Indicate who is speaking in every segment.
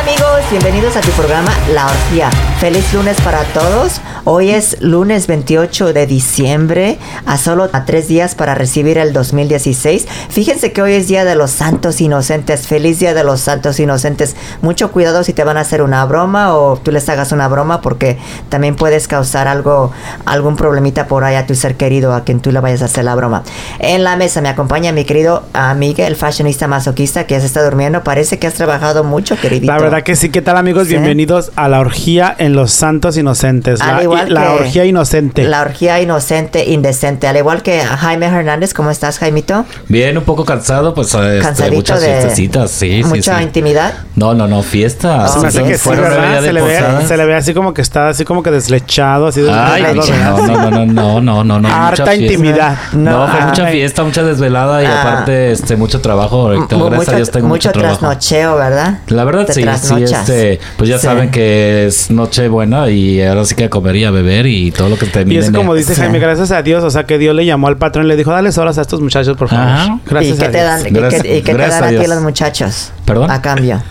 Speaker 1: amigos, bienvenidos a tu programa La Orgía. Feliz lunes para todos. Hoy es lunes 28 de diciembre, a solo a tres días para recibir el 2016. Fíjense que hoy es Día de los Santos Inocentes. Feliz Día de los Santos Inocentes. Mucho cuidado si te van a hacer una broma o tú les hagas una broma porque también puedes causar algo, algún problemita por ahí a tu ser querido, a quien tú le vayas a hacer la broma. En la mesa me acompaña mi querido amiga, el fashionista masoquista que ya se está durmiendo. Parece que has trabajado mucho, queridito.
Speaker 2: La verdad que sí. ¿Qué tal, amigos?
Speaker 1: Sí.
Speaker 2: Bienvenidos a la orgía en los santos inocentes.
Speaker 1: Al
Speaker 2: La,
Speaker 1: igual
Speaker 2: i- la
Speaker 1: que-
Speaker 2: orgía inocente.
Speaker 1: La orgía inocente, indecente. Al igual que Jaime Hernández, ¿cómo estás, Jaimito?
Speaker 3: Bien, un poco cansado, pues este,
Speaker 1: Cansadito
Speaker 3: muchas
Speaker 1: de-
Speaker 3: fiestecitas, sí, sí,
Speaker 1: Mucha
Speaker 3: sí.
Speaker 1: intimidad.
Speaker 3: No, no, no, fiestas.
Speaker 2: Se me hace
Speaker 1: Ah, Sí,
Speaker 2: que sí,
Speaker 3: Fueron nueve
Speaker 2: ¿verdad?
Speaker 3: días de
Speaker 2: Se le, ve,
Speaker 3: posadas.
Speaker 2: se le ve así como que está así como que deslechado, así
Speaker 3: Ay,
Speaker 2: desvelado, ¿verdad?
Speaker 3: no, no, no, no, no, no, no, no,
Speaker 2: Harta
Speaker 3: mucha fiesta.
Speaker 2: intimidad.
Speaker 3: No, fue
Speaker 2: Ay.
Speaker 3: mucha fiesta, mucha desvelada y
Speaker 1: Ah.
Speaker 3: aparte este mucho trabajo ahorita.
Speaker 1: Mu-
Speaker 3: Gracias
Speaker 1: mucho,
Speaker 3: a Dios tengo mucho,
Speaker 1: mucho
Speaker 3: trabajo.
Speaker 1: trasnocheo, ¿verdad?
Speaker 3: La verdad
Speaker 1: Te
Speaker 3: sí, sí,
Speaker 1: trasnochas.
Speaker 3: este, pues ya
Speaker 1: Sí.
Speaker 3: saben que es noche buena y ahora sí que a comer y a beber y todo lo que termine.
Speaker 2: Y es
Speaker 3: en-
Speaker 2: como dice
Speaker 1: Sí.
Speaker 2: Jaime, gracias a Dios, o sea que Dios le llamó al patrón y le dijo, dales horas a estos muchachos, por favor.
Speaker 3: Ajá.
Speaker 2: Gracias
Speaker 1: ¿Y qué
Speaker 2: a
Speaker 1: te
Speaker 2: Dios.
Speaker 1: dan, y
Speaker 3: Gracias-
Speaker 1: qué, y qué te
Speaker 3: gracias
Speaker 1: dan
Speaker 3: a
Speaker 1: a ti
Speaker 3: Dios.
Speaker 1: los muchachos?
Speaker 3: ¿Perdón?
Speaker 1: A cambio.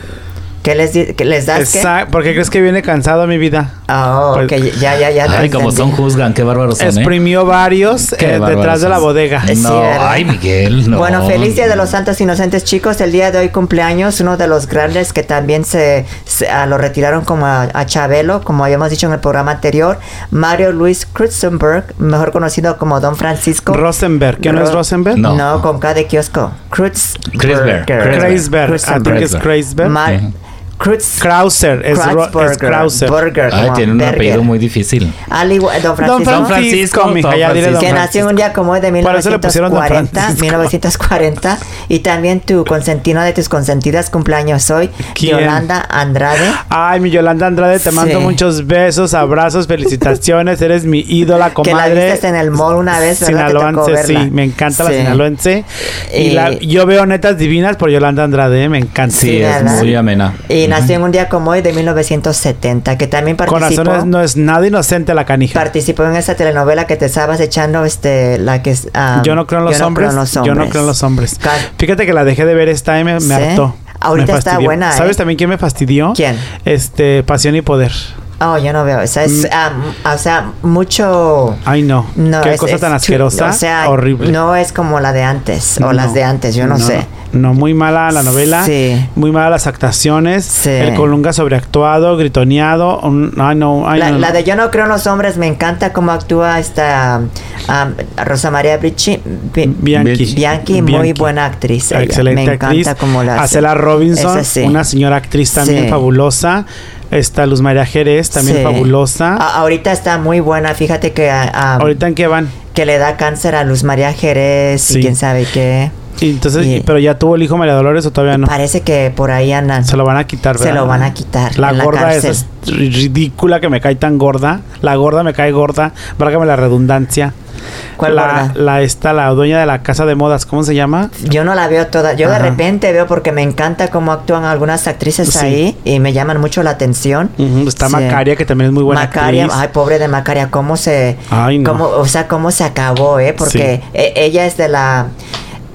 Speaker 1: ¿Qué les, di- qué les das? qué?
Speaker 2: Exacto. ¿Por qué crees que viene cansado mi vida?
Speaker 1: Ah, oh,
Speaker 2: Pues-
Speaker 1: ok, ya, ya, ya.
Speaker 3: Ay, como son
Speaker 1: entendí.
Speaker 3: juzgan, qué
Speaker 1: Pues,
Speaker 3: bárbaros son, ¿eh?
Speaker 2: Exprimió varios
Speaker 3: Qué
Speaker 2: eh,
Speaker 3: bárbaros
Speaker 2: detrás de la
Speaker 3: son.
Speaker 2: bodega.
Speaker 1: Es- Sí,
Speaker 3: No,
Speaker 1: ¿verdad?
Speaker 3: ay, Miguel, no.
Speaker 1: Bueno, feliz día de los santos inocentes, chicos. El día de hoy cumpleaños, uno de los grandes que también se, se- ah, lo retiraron como a, a Chabelo, como habíamos dicho en el programa anterior, Mario Luis Krutzenberg, mejor conocido como Don Francisco.
Speaker 2: Rosenberg. ¿Qué no es
Speaker 1: Ro-
Speaker 2: Rosenberg?
Speaker 1: No.
Speaker 3: No.
Speaker 1: con K de kiosco. Krutzenberg.
Speaker 3: Kreuzberg.
Speaker 2: Kreisberg. I think it's
Speaker 3: Kreisberg.
Speaker 2: Kreisberg.
Speaker 1: Ma-
Speaker 3: Ujú.
Speaker 1: Krutz-
Speaker 2: Krauser. Es, ro- es
Speaker 1: Krautzberger,
Speaker 2: Krauser.
Speaker 1: Burger,
Speaker 3: Ay,
Speaker 1: como
Speaker 3: tiene un
Speaker 1: burger.
Speaker 3: apellido muy difícil.
Speaker 1: Al igual- Don
Speaker 2: Don
Speaker 1: Francisco.
Speaker 3: Francisco,
Speaker 2: Francisco,
Speaker 3: Don
Speaker 2: mija, ya dile Don
Speaker 1: que
Speaker 3: Francisco.
Speaker 1: nació un día como hoy de
Speaker 2: Por eso le pusieron Don
Speaker 1: 1940,
Speaker 2: Francisco.
Speaker 1: 1940 y también tu consentino de tus consentidas cumpleaños hoy,
Speaker 2: ¿Quién?
Speaker 1: Yolanda Andrade.
Speaker 2: Ay, mi Yolanda Andrade, te mando
Speaker 1: Sí.
Speaker 2: muchos besos, abrazos, felicitaciones. Eres mi ídola,
Speaker 1: Que la
Speaker 2: comadre.
Speaker 1: viste en el mall una vez, ¿verdad? Te tocó
Speaker 2: Sinaloense,
Speaker 1: verla.
Speaker 2: sí, me encanta la
Speaker 1: Sí.
Speaker 2: sinaloense. Y,
Speaker 1: Y-
Speaker 2: la, yo veo netas divinas por Yolanda Andrade, ¿eh? me encanta.
Speaker 3: Sí,
Speaker 1: Sí,
Speaker 3: es
Speaker 1: ¿verdad?
Speaker 3: muy amena.
Speaker 1: Y nació en un día como hoy de 1970, que también
Speaker 2: Con
Speaker 1: participó.
Speaker 2: razones no es nada inocente la canija.
Speaker 1: Participó en esa telenovela que te estabas echando, este, la que es, ah,
Speaker 2: yo no creo en los, hombres, Yo no creo en los hombres.
Speaker 1: Ca-
Speaker 2: Fíjate que la dejé de ver esta y me, me
Speaker 1: Sí.
Speaker 2: hartó.
Speaker 1: Ahorita
Speaker 2: Me
Speaker 1: está
Speaker 2: fastidió.
Speaker 1: buena, ¿eh?
Speaker 2: ¿Sabes también quién me fastidió?
Speaker 1: ¿Quién?
Speaker 2: Este, Pasión y Poder.
Speaker 1: Oh, yo no veo. O sea, es, ah, m- o sea mucho.
Speaker 2: Ay, no.
Speaker 1: No,
Speaker 2: Mm. Qué
Speaker 1: es-
Speaker 2: cosa
Speaker 1: es
Speaker 2: tan
Speaker 1: too-
Speaker 2: asquerosa.
Speaker 1: o sea,
Speaker 2: horrible.
Speaker 1: No es como la de antes o
Speaker 2: No,
Speaker 1: las de antes, yo no, sé.
Speaker 2: No, muy mala la novela.
Speaker 1: Sí.
Speaker 2: Muy mala las actuaciones.
Speaker 1: Sí.
Speaker 2: El Colunga sobreactuado, gritoneado. un- ay, no, ay,
Speaker 1: La,
Speaker 2: no,
Speaker 1: la
Speaker 2: no.
Speaker 1: de Yo no creo en los hombres, me encanta cómo actúa esta am, Rosa María Brici, Bi-
Speaker 2: Bianchi.
Speaker 1: Bianchi, muy
Speaker 2: Bianchi.
Speaker 1: buena actriz. ella.
Speaker 2: Excelente
Speaker 1: me
Speaker 2: actriz.
Speaker 1: encanta cómo la hace.
Speaker 2: Acela Robinson,
Speaker 1: Esa sí.
Speaker 2: una señora actriz también
Speaker 1: Sí.
Speaker 2: fabulosa. Está Luz María Jerez, también
Speaker 1: Sí.
Speaker 2: fabulosa.
Speaker 1: A- ahorita está muy buena, fíjate que, ah, am,
Speaker 2: Ahorita en qué van.
Speaker 1: que le da cáncer a Luz María Jerez y
Speaker 2: Sí.
Speaker 1: quién sabe qué.
Speaker 2: Y entonces,
Speaker 1: Y-
Speaker 2: y- pero ya tuvo el hijo María Dolores o todavía no.
Speaker 1: Parece que por ahí andan.
Speaker 2: Se lo van a quitar,
Speaker 1: Se
Speaker 2: ¿verdad?
Speaker 1: lo van a quitar
Speaker 2: La
Speaker 1: en la
Speaker 2: gorda esa
Speaker 1: cárcel.
Speaker 2: es ri- ridícula que me cae tan gorda. La gorda me cae gorda. Válgame la redundancia.
Speaker 1: ¿Cuál
Speaker 2: la,
Speaker 1: gorda?
Speaker 2: La esta, la dueña de la casa de modas. ¿Cómo se llama?
Speaker 1: Yo no la veo toda. Yo
Speaker 2: Ajá.
Speaker 1: de repente veo porque me encanta cómo actúan algunas actrices
Speaker 2: Sí.
Speaker 1: ahí y me llaman mucho la atención.
Speaker 2: Ujú, Está
Speaker 1: Sí.
Speaker 2: Macaria, que también es muy buena
Speaker 1: Macaria,
Speaker 2: actriz.
Speaker 1: ay, pobre de Macaria, cómo se.
Speaker 2: Ay, no.
Speaker 1: cómo- o sea, cómo se acabó, ¿eh? Porque e- ella es de la.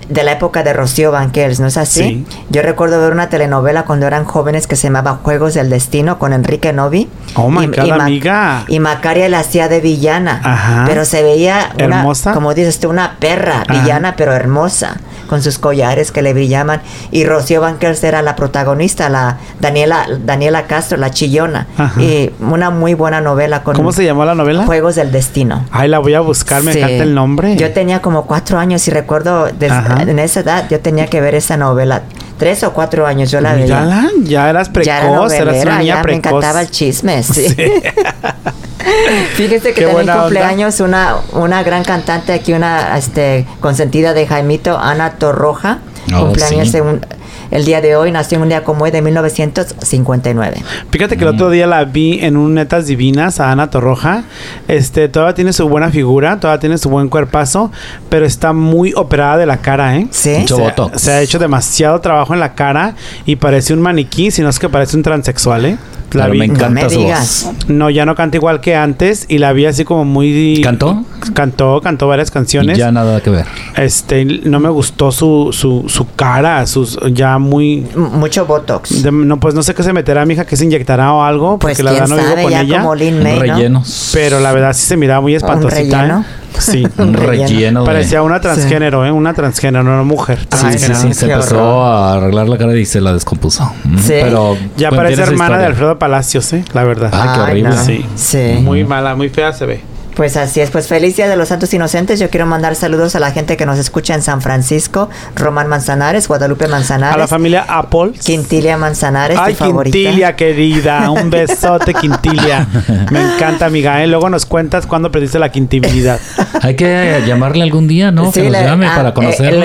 Speaker 1: De la época de Rocío Banquels, ¿no es así? Yo recuerdo ver una telenovela cuando eran jóvenes que se llamaba Juegos del Destino con Enrique Novi.
Speaker 2: Oh my
Speaker 1: Y-
Speaker 2: God,
Speaker 1: y Mac-
Speaker 2: amiga.
Speaker 1: Y Macaria la hacía de villana.
Speaker 2: Ah. Ajá.
Speaker 1: Pero se veía una-
Speaker 2: Hermosa.
Speaker 1: Como dices tú, una perra,
Speaker 2: Ajá.
Speaker 1: villana, pero hermosa. Con sus collares que le brillaban. Y Rocío Banquels era la protagonista, la Daniela, Daniela Castro, la chillona.
Speaker 2: Ajá.
Speaker 1: Y una muy buena novela con
Speaker 2: ¿Cómo se llamó la novela?
Speaker 1: Juegos del Destino.
Speaker 2: Ay, la voy a buscar. Me
Speaker 1: Sí.
Speaker 2: encanta el nombre.
Speaker 1: Yo tenía como cuatro años y recuerdo desde-
Speaker 2: Ajá.
Speaker 1: en esa edad yo tenía que ver esa novela. Tres o cuatro años yo la veía.
Speaker 2: Pues Mírala, ya eras
Speaker 1: Ya era
Speaker 2: precoz, eras
Speaker 1: novelera,
Speaker 2: una niña
Speaker 1: ya me
Speaker 2: precoz.
Speaker 1: encantaba el chisme, sí. Fíjense que
Speaker 2: Qué
Speaker 1: también
Speaker 2: buena onda.
Speaker 1: cumpleaños una, una gran cantante aquí, una este, consentida de Jaimito, Ana Torroja.
Speaker 3: Oh,
Speaker 1: cumpleaños
Speaker 3: sí.
Speaker 1: en un- el día de hoy, nació en un día como hoy de 1959.
Speaker 2: Fíjate que el
Speaker 3: Mm.
Speaker 2: otro día la vi en un Netas Divinas a Ana Torroja. Este, todavía tiene su buena figura, todavía tiene su buen cuerpazo, pero está muy operada de la cara, ¿eh?
Speaker 1: ¿Sí?
Speaker 3: Mucho
Speaker 2: Se,
Speaker 3: botox.
Speaker 2: se ha hecho demasiado trabajo en la cara y parece un maniquí, si no es que parece un transexual, ¿eh? La
Speaker 3: Pero
Speaker 2: vi.
Speaker 3: me
Speaker 1: No
Speaker 3: encanta
Speaker 1: me
Speaker 3: su
Speaker 1: digas.
Speaker 3: voz.
Speaker 2: No, ya no canta igual que antes y la vi así como muy...
Speaker 3: ¿Cantó?
Speaker 2: Cantó, cantó varias canciones.
Speaker 3: Ya nada que ver.
Speaker 2: Este, no me gustó su, su, su cara, sus ya muy...
Speaker 1: M- Mucho botox.
Speaker 2: de- no, pues no sé qué se meterá, mija, que se inyectará o algo, porque
Speaker 1: pues
Speaker 2: la
Speaker 1: quién
Speaker 2: verdad no vivo
Speaker 1: sabe,
Speaker 2: con
Speaker 1: ya
Speaker 2: ella.
Speaker 1: como Lin May, ¿no?
Speaker 3: Rellenos.
Speaker 2: Pero la verdad sí se miraba muy espantosita.
Speaker 1: relleno?
Speaker 2: ¿eh? Sí.
Speaker 3: Un
Speaker 1: Relleno.
Speaker 3: relleno. de- Ah,
Speaker 2: Parecía una
Speaker 1: Sí.
Speaker 2: transgénero, ¿eh? Una transgénero, no una mujer.
Speaker 1: Ay,
Speaker 3: Sí, sí,
Speaker 2: transgénero.
Speaker 3: sí, se
Speaker 1: qué
Speaker 3: empezó
Speaker 1: horror.
Speaker 3: a arreglar la cara y se la descompuso. Mm,
Speaker 1: Sí.
Speaker 3: Pero
Speaker 2: Ya
Speaker 3: pues,
Speaker 2: parece
Speaker 3: tiene su
Speaker 2: hermana de
Speaker 3: historia.
Speaker 2: Alfredo Palacios, ¿eh? La verdad.
Speaker 3: Ah, qué horrible.
Speaker 1: no.
Speaker 2: Sí.
Speaker 1: Sí.
Speaker 2: Muy mala, muy fea se ve.
Speaker 1: Pues así es, pues feliz Día de los Santos Inocentes. Yo quiero mandar saludos a la gente que nos escucha en San Francisco, Román Manzanares, Guadalupe Manzanares,
Speaker 2: A la familia Apple.
Speaker 1: Quintilia Manzanares,
Speaker 2: Ay,
Speaker 1: tu favorita.
Speaker 2: Quintilia, querida. Un besote, Quintilia. Me encanta, amiga. ¿eh? Luego nos cuentas cuándo perdiste la quintibilidad.
Speaker 3: Hay que llamarle algún día, ¿no?
Speaker 1: Sí,
Speaker 3: que nos
Speaker 1: la-
Speaker 3: llame
Speaker 1: ah, eh,
Speaker 3: para conocerle.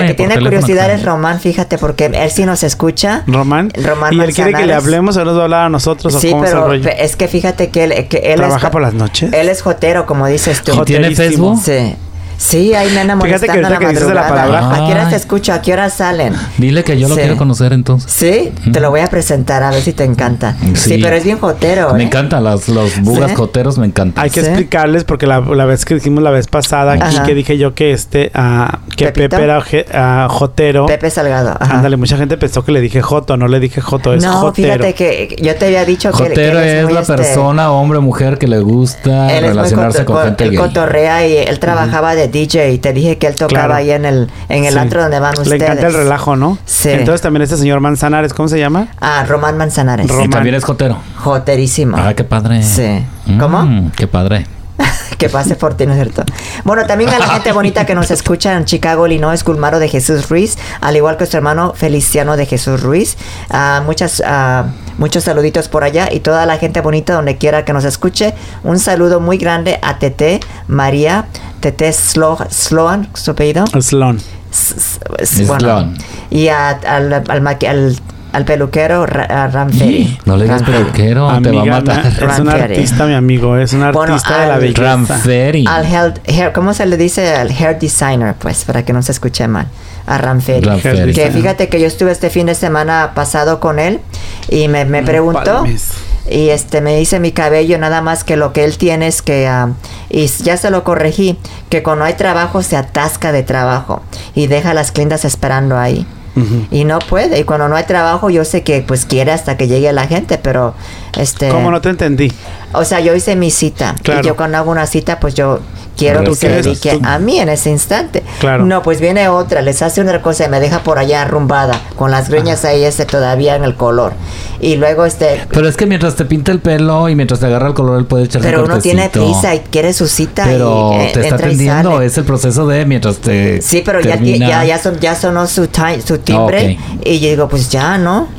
Speaker 1: El que
Speaker 3: por
Speaker 1: tiene
Speaker 3: teléfono.
Speaker 1: curiosidad es Román, fíjate, porque él sí nos escucha.
Speaker 2: Román.
Speaker 1: Román
Speaker 2: y él quiere que le
Speaker 1: Manzanares.
Speaker 2: hablemos o nos va a hablar a nosotros o
Speaker 1: Sí,
Speaker 2: cómo es el
Speaker 1: pero
Speaker 2: rollo.
Speaker 1: pe- es que fíjate que él, que él
Speaker 2: ¿Trabaja
Speaker 1: es,
Speaker 2: por las noches?
Speaker 1: Él es jotero, como dices tú.
Speaker 3: ¿Y tiene
Speaker 2: Joterísimo.
Speaker 3: Facebook?
Speaker 1: Sí. Sí, ahí me andan
Speaker 2: Fíjate que
Speaker 1: molestando a la
Speaker 2: ahorita que dices de la
Speaker 1: madrugada.
Speaker 3: palabra-
Speaker 1: ¿A qué hora
Speaker 3: Ay.
Speaker 1: te escucho? ¿A qué hora salen?
Speaker 3: Dile que yo lo
Speaker 1: Sí.
Speaker 3: quiero conocer entonces.
Speaker 1: Sí, te lo voy a presentar a ver si te encanta. Sí,
Speaker 3: Sí.
Speaker 1: pero es bien jotero.
Speaker 3: Me
Speaker 1: ¿eh?
Speaker 3: encantan las, los bugas
Speaker 1: Sí.
Speaker 3: coteros, me encantan.
Speaker 2: Hay que
Speaker 1: Sí.
Speaker 2: explicarles porque la, la vez que dijimos la vez pasada aquí
Speaker 1: Ajá.
Speaker 2: que dije yo que este ah, que
Speaker 1: ¿Pepito?
Speaker 2: Pepe era je- ah, jotero.
Speaker 1: Pepe Salgado. ajá.
Speaker 2: Ándale, mucha gente pensó que le dije joto, no le dije joto, es
Speaker 1: No,
Speaker 2: jotero.
Speaker 1: fíjate que yo te había dicho que, que
Speaker 3: Jotero
Speaker 1: él
Speaker 3: es
Speaker 1: muy,
Speaker 3: la
Speaker 1: este,
Speaker 3: persona, hombre o mujer, que le gusta
Speaker 1: Él es muy
Speaker 3: Ah, relacionarse
Speaker 1: coto-
Speaker 3: con
Speaker 1: co-
Speaker 3: gente
Speaker 1: él
Speaker 3: gay.
Speaker 1: cotorrea y él trabajaba de DJ y te dije que él tocaba
Speaker 2: Claro.
Speaker 1: ahí en el en el
Speaker 2: Sí.
Speaker 1: antro donde van ustedes.
Speaker 2: Le encanta el relajo, ¿no?
Speaker 1: Sí.
Speaker 2: Entonces también este señor Manzanares, ¿cómo se llama?
Speaker 1: Ah, Román Manzanares.
Speaker 2: Ro-
Speaker 3: Y también es jotero.
Speaker 1: Joterísimo.
Speaker 3: Ah, qué padre.
Speaker 1: Sí.
Speaker 3: Mm,
Speaker 1: ¿Cómo?
Speaker 3: Qué padre.
Speaker 1: que pase por ti, ¿no es cierto? Bueno, también a la gente bonita que nos escucha en Chicago, Illinois, Culmaro de Jesús Ruiz, al igual que su hermano Feliciano de Jesús Ruiz. Ah, muchas, ah, muchos saluditos por allá y toda la gente bonita donde quiera que nos escuche. Un saludo muy grande a Tete, María, Tete Slo- Sloan, su apellido.
Speaker 2: Slon.
Speaker 1: S- s- s- bueno,
Speaker 3: Sloan.
Speaker 1: Y a- al, al, maqui- al- al peluquero Ra- a Ranferi.
Speaker 3: No le digas
Speaker 1: Ranferi.
Speaker 3: peluquero, te va a
Speaker 2: Amiga,
Speaker 3: matar.
Speaker 2: na- es un
Speaker 1: Ranferi.
Speaker 2: artista, mi amigo, es un
Speaker 1: Bueno,
Speaker 2: artista de la
Speaker 1: al-
Speaker 2: belleza.
Speaker 3: Transferi.
Speaker 1: Al health- hair- ¿cómo se le dice al hair designer? Pues, para que no se escuche mal. A Ranferi.
Speaker 3: Ranferi.
Speaker 1: Que fíjate que yo estuve este fin de semana pasado con él y me,
Speaker 2: Mm,
Speaker 1: me preguntó.
Speaker 2: palmes.
Speaker 1: Y este me dice mi cabello, nada más que lo que él tiene es que, ah, y s- ya se lo corregí, que cuando hay trabajo se atasca de trabajo y deja las clientas esperando ahí.
Speaker 2: Ujú.
Speaker 1: Y no puede, y cuando no hay trabajo yo sé que pues quiere hasta que llegue la gente, pero este...
Speaker 2: ¿Cómo no te entendí?
Speaker 1: O sea, yo hice mi cita.
Speaker 2: Claro.
Speaker 1: Y yo cuando hago una cita, pues yo quiero
Speaker 3: Pero
Speaker 1: que
Speaker 3: tú
Speaker 1: se
Speaker 2: quieres-
Speaker 1: dedique
Speaker 2: tú-
Speaker 1: a mí en ese instante.
Speaker 2: Claro.
Speaker 1: No, pues viene otra, les hace una cosa y me deja por allá arrumbada, con las greñas ahí este, todavía en el color. Y luego este...
Speaker 3: Pero es que mientras te pinta el pelo y mientras te agarra el color, él puede echarse
Speaker 1: Pero
Speaker 3: un
Speaker 1: uno tiene
Speaker 3: cortecito.
Speaker 1: prisa y quiere su cita
Speaker 3: Pero
Speaker 1: y eh,
Speaker 3: te está
Speaker 1: entra y
Speaker 3: atendiendo,
Speaker 1: sale.
Speaker 3: es el proceso de mientras te.
Speaker 1: Sí, pero ya, ti-
Speaker 3: eh, termina.
Speaker 1: ya, ya, son, ya sonó su, ti- su timbre y yo digo, pues ya, ¿no?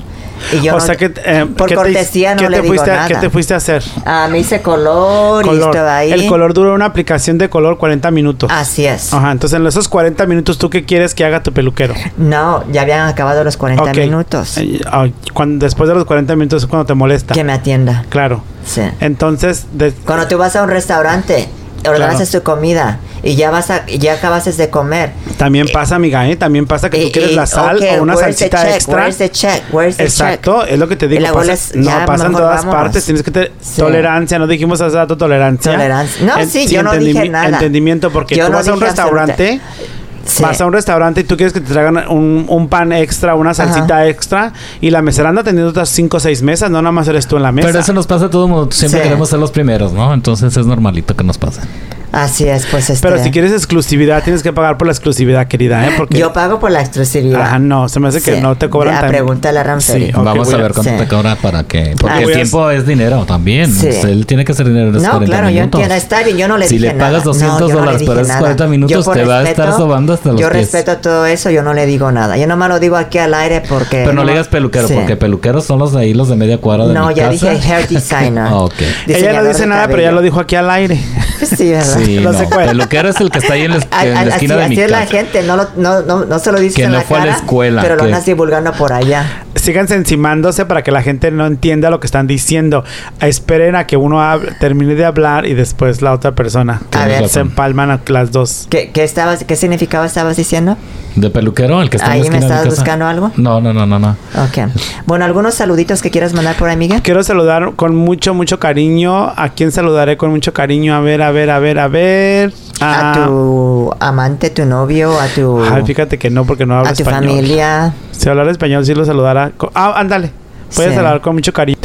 Speaker 1: Y yo
Speaker 2: o
Speaker 1: no-
Speaker 2: sea que eh,
Speaker 1: por
Speaker 2: ¿qué te-
Speaker 1: cortesía no
Speaker 2: qué
Speaker 1: le
Speaker 2: te
Speaker 1: digo
Speaker 2: fuiste, a-
Speaker 1: nada.
Speaker 2: ¿Qué te fuiste a hacer?
Speaker 1: Ah, me hice color, y
Speaker 2: Color.
Speaker 1: estaba ahí. Ah,
Speaker 2: El color dura una aplicación de color 40 minutos.
Speaker 1: Así es.
Speaker 2: Ajá, entonces en esos 40 minutos, ¿tú qué quieres que haga tu peluquero?
Speaker 1: No, ya habían acabado los 40
Speaker 2: Ok.
Speaker 1: minutos.
Speaker 2: Eh, ah, cuando- después de los 40 minutos es cuando te molesta.
Speaker 1: Que me atienda.
Speaker 2: Claro.
Speaker 1: Sí.
Speaker 2: Entonces, de-
Speaker 1: Cuando tú vas a un restaurante, ordenas
Speaker 2: Claro.
Speaker 1: tu comida y ya vas a, ya acabaste de comer.
Speaker 2: también pasa, amiga, ¿eh? También pasa que
Speaker 1: Y-
Speaker 2: tú quieres
Speaker 1: y,
Speaker 2: la sal
Speaker 1: ok,
Speaker 2: o una
Speaker 1: where's the
Speaker 2: salsita
Speaker 1: check?
Speaker 2: extra.
Speaker 1: Where's the check? Where's the
Speaker 2: Exacto,
Speaker 1: check?
Speaker 2: es lo que te
Speaker 1: Y
Speaker 2: digo.
Speaker 1: luego
Speaker 2: pasa-
Speaker 1: les- ya,
Speaker 2: no, pasa en
Speaker 1: mejor
Speaker 2: todas
Speaker 1: vámonos.
Speaker 2: partes. Tienes que tener
Speaker 1: Sí.
Speaker 2: tolerancia. No dijimos hace rato tolerancia.
Speaker 1: Tolerancia. No, sí, yo no dije
Speaker 2: entendim-
Speaker 1: nada.
Speaker 2: Entendimiento, porque
Speaker 1: Yo
Speaker 2: tú
Speaker 1: no
Speaker 2: vas a un
Speaker 1: dije
Speaker 2: restaurante.
Speaker 1: Sí.
Speaker 2: Vas a un restaurante y tú quieres que te traigan un, un pan extra, una salsita extra, y la mesera anda teniendo otras 5 o 6 mesas, no nada más eres tú en la mesa.
Speaker 3: Pero eso nos pasa a todo mundo. Siempre
Speaker 1: Sí.
Speaker 3: queremos ser los primeros, ¿no? Entonces es normalito que nos pase.
Speaker 1: Así es, pues este.
Speaker 2: Pero si quieres exclusividad, tienes que pagar por la exclusividad, querida, ¿eh? Porque...
Speaker 1: Yo pago por la exclusividad.
Speaker 2: Ajá, no, se me hace que
Speaker 1: Sí.
Speaker 2: no te cobran
Speaker 1: Ah,
Speaker 2: tan-
Speaker 1: pregúntale a Ramsey.
Speaker 2: Sí, ok,
Speaker 3: Eh, Vamos
Speaker 2: voy
Speaker 3: a ver cuánto
Speaker 1: sí.
Speaker 3: te cobra para que. Porque
Speaker 1: Ah,
Speaker 3: el
Speaker 2: voy a-
Speaker 3: tiempo es dinero también.
Speaker 1: Sí.
Speaker 3: O sea, él tiene que hacer dinero en los
Speaker 1: No,
Speaker 3: 40
Speaker 1: claro, yo
Speaker 3: minutos.
Speaker 1: entiendo, está bien, yo no le
Speaker 3: Si
Speaker 1: dije
Speaker 3: le pagas
Speaker 1: nada. No,
Speaker 3: 200
Speaker 1: yo no le
Speaker 3: dólares,
Speaker 1: dije
Speaker 3: pero esos
Speaker 1: nada.
Speaker 3: 40 minutos
Speaker 1: Yo,
Speaker 3: te
Speaker 1: por
Speaker 3: va a estar
Speaker 1: respeto,
Speaker 3: sobando hasta los
Speaker 1: Yo
Speaker 3: pies.
Speaker 1: respeto todo eso, yo no le digo nada. Yo nomás lo digo aquí al aire porque...
Speaker 3: Pero no le digas peluquero,
Speaker 1: Sí.
Speaker 3: porque peluqueros son los de ahí, los de media cuadra de
Speaker 1: No,
Speaker 3: mi
Speaker 1: ya
Speaker 3: casa.
Speaker 1: dije hair designer.
Speaker 3: Ah, ok.
Speaker 2: Ella no
Speaker 1: Diseñador
Speaker 2: dice
Speaker 1: de
Speaker 2: nada, pero ya
Speaker 1: cabello.
Speaker 2: lo dijo aquí al aire.
Speaker 1: Sí, ¿verdad?
Speaker 3: Sí,
Speaker 2: No
Speaker 3: no.
Speaker 2: sé cuál.
Speaker 3: Peluquero es el que está ahí en la, es-
Speaker 1: A-
Speaker 3: en la
Speaker 1: a-
Speaker 3: esquina
Speaker 1: así
Speaker 3: de mi
Speaker 1: así es la
Speaker 3: casa.
Speaker 1: gente, no, lo- no, no, no se lo dice
Speaker 3: Que
Speaker 1: en
Speaker 3: no
Speaker 1: la
Speaker 3: fue a la
Speaker 1: cara,
Speaker 3: escuela,
Speaker 1: Pero lo
Speaker 3: que-
Speaker 1: andas divulgando por allá.
Speaker 2: Síganse encimándose para que la gente no entienda lo que están diciendo. Esperen a que uno hable- termine de hablar y después la otra persona.
Speaker 1: A ver.
Speaker 2: Se empalman a las dos.
Speaker 1: ¿Qué, qué, estabas, ¿Qué significado estabas diciendo?
Speaker 3: De peluquero, el que está en
Speaker 1: Ahí
Speaker 3: la
Speaker 1: me
Speaker 3: esquina de mi
Speaker 1: estabas
Speaker 3: casa.
Speaker 1: buscando algo.
Speaker 3: No, no, no, no, no.
Speaker 1: Ok. Bueno, ¿algunos saluditos que quieras mandar por ahí, Miguel?
Speaker 2: Quiero saludar con mucho, mucho cariño. ¿A quién saludaré con mucho cariño? A ver, a ver, a ver, a ver.
Speaker 1: A tu amante, tu novio, a tu,
Speaker 2: Ah. Ay, fíjate que no, porque no hablo
Speaker 1: a tu
Speaker 2: español.
Speaker 1: familia.
Speaker 2: Si hablara español, sí lo saludara. co- Ah, ándale. Puedes
Speaker 1: Sí.
Speaker 2: saludar con mucho cariño.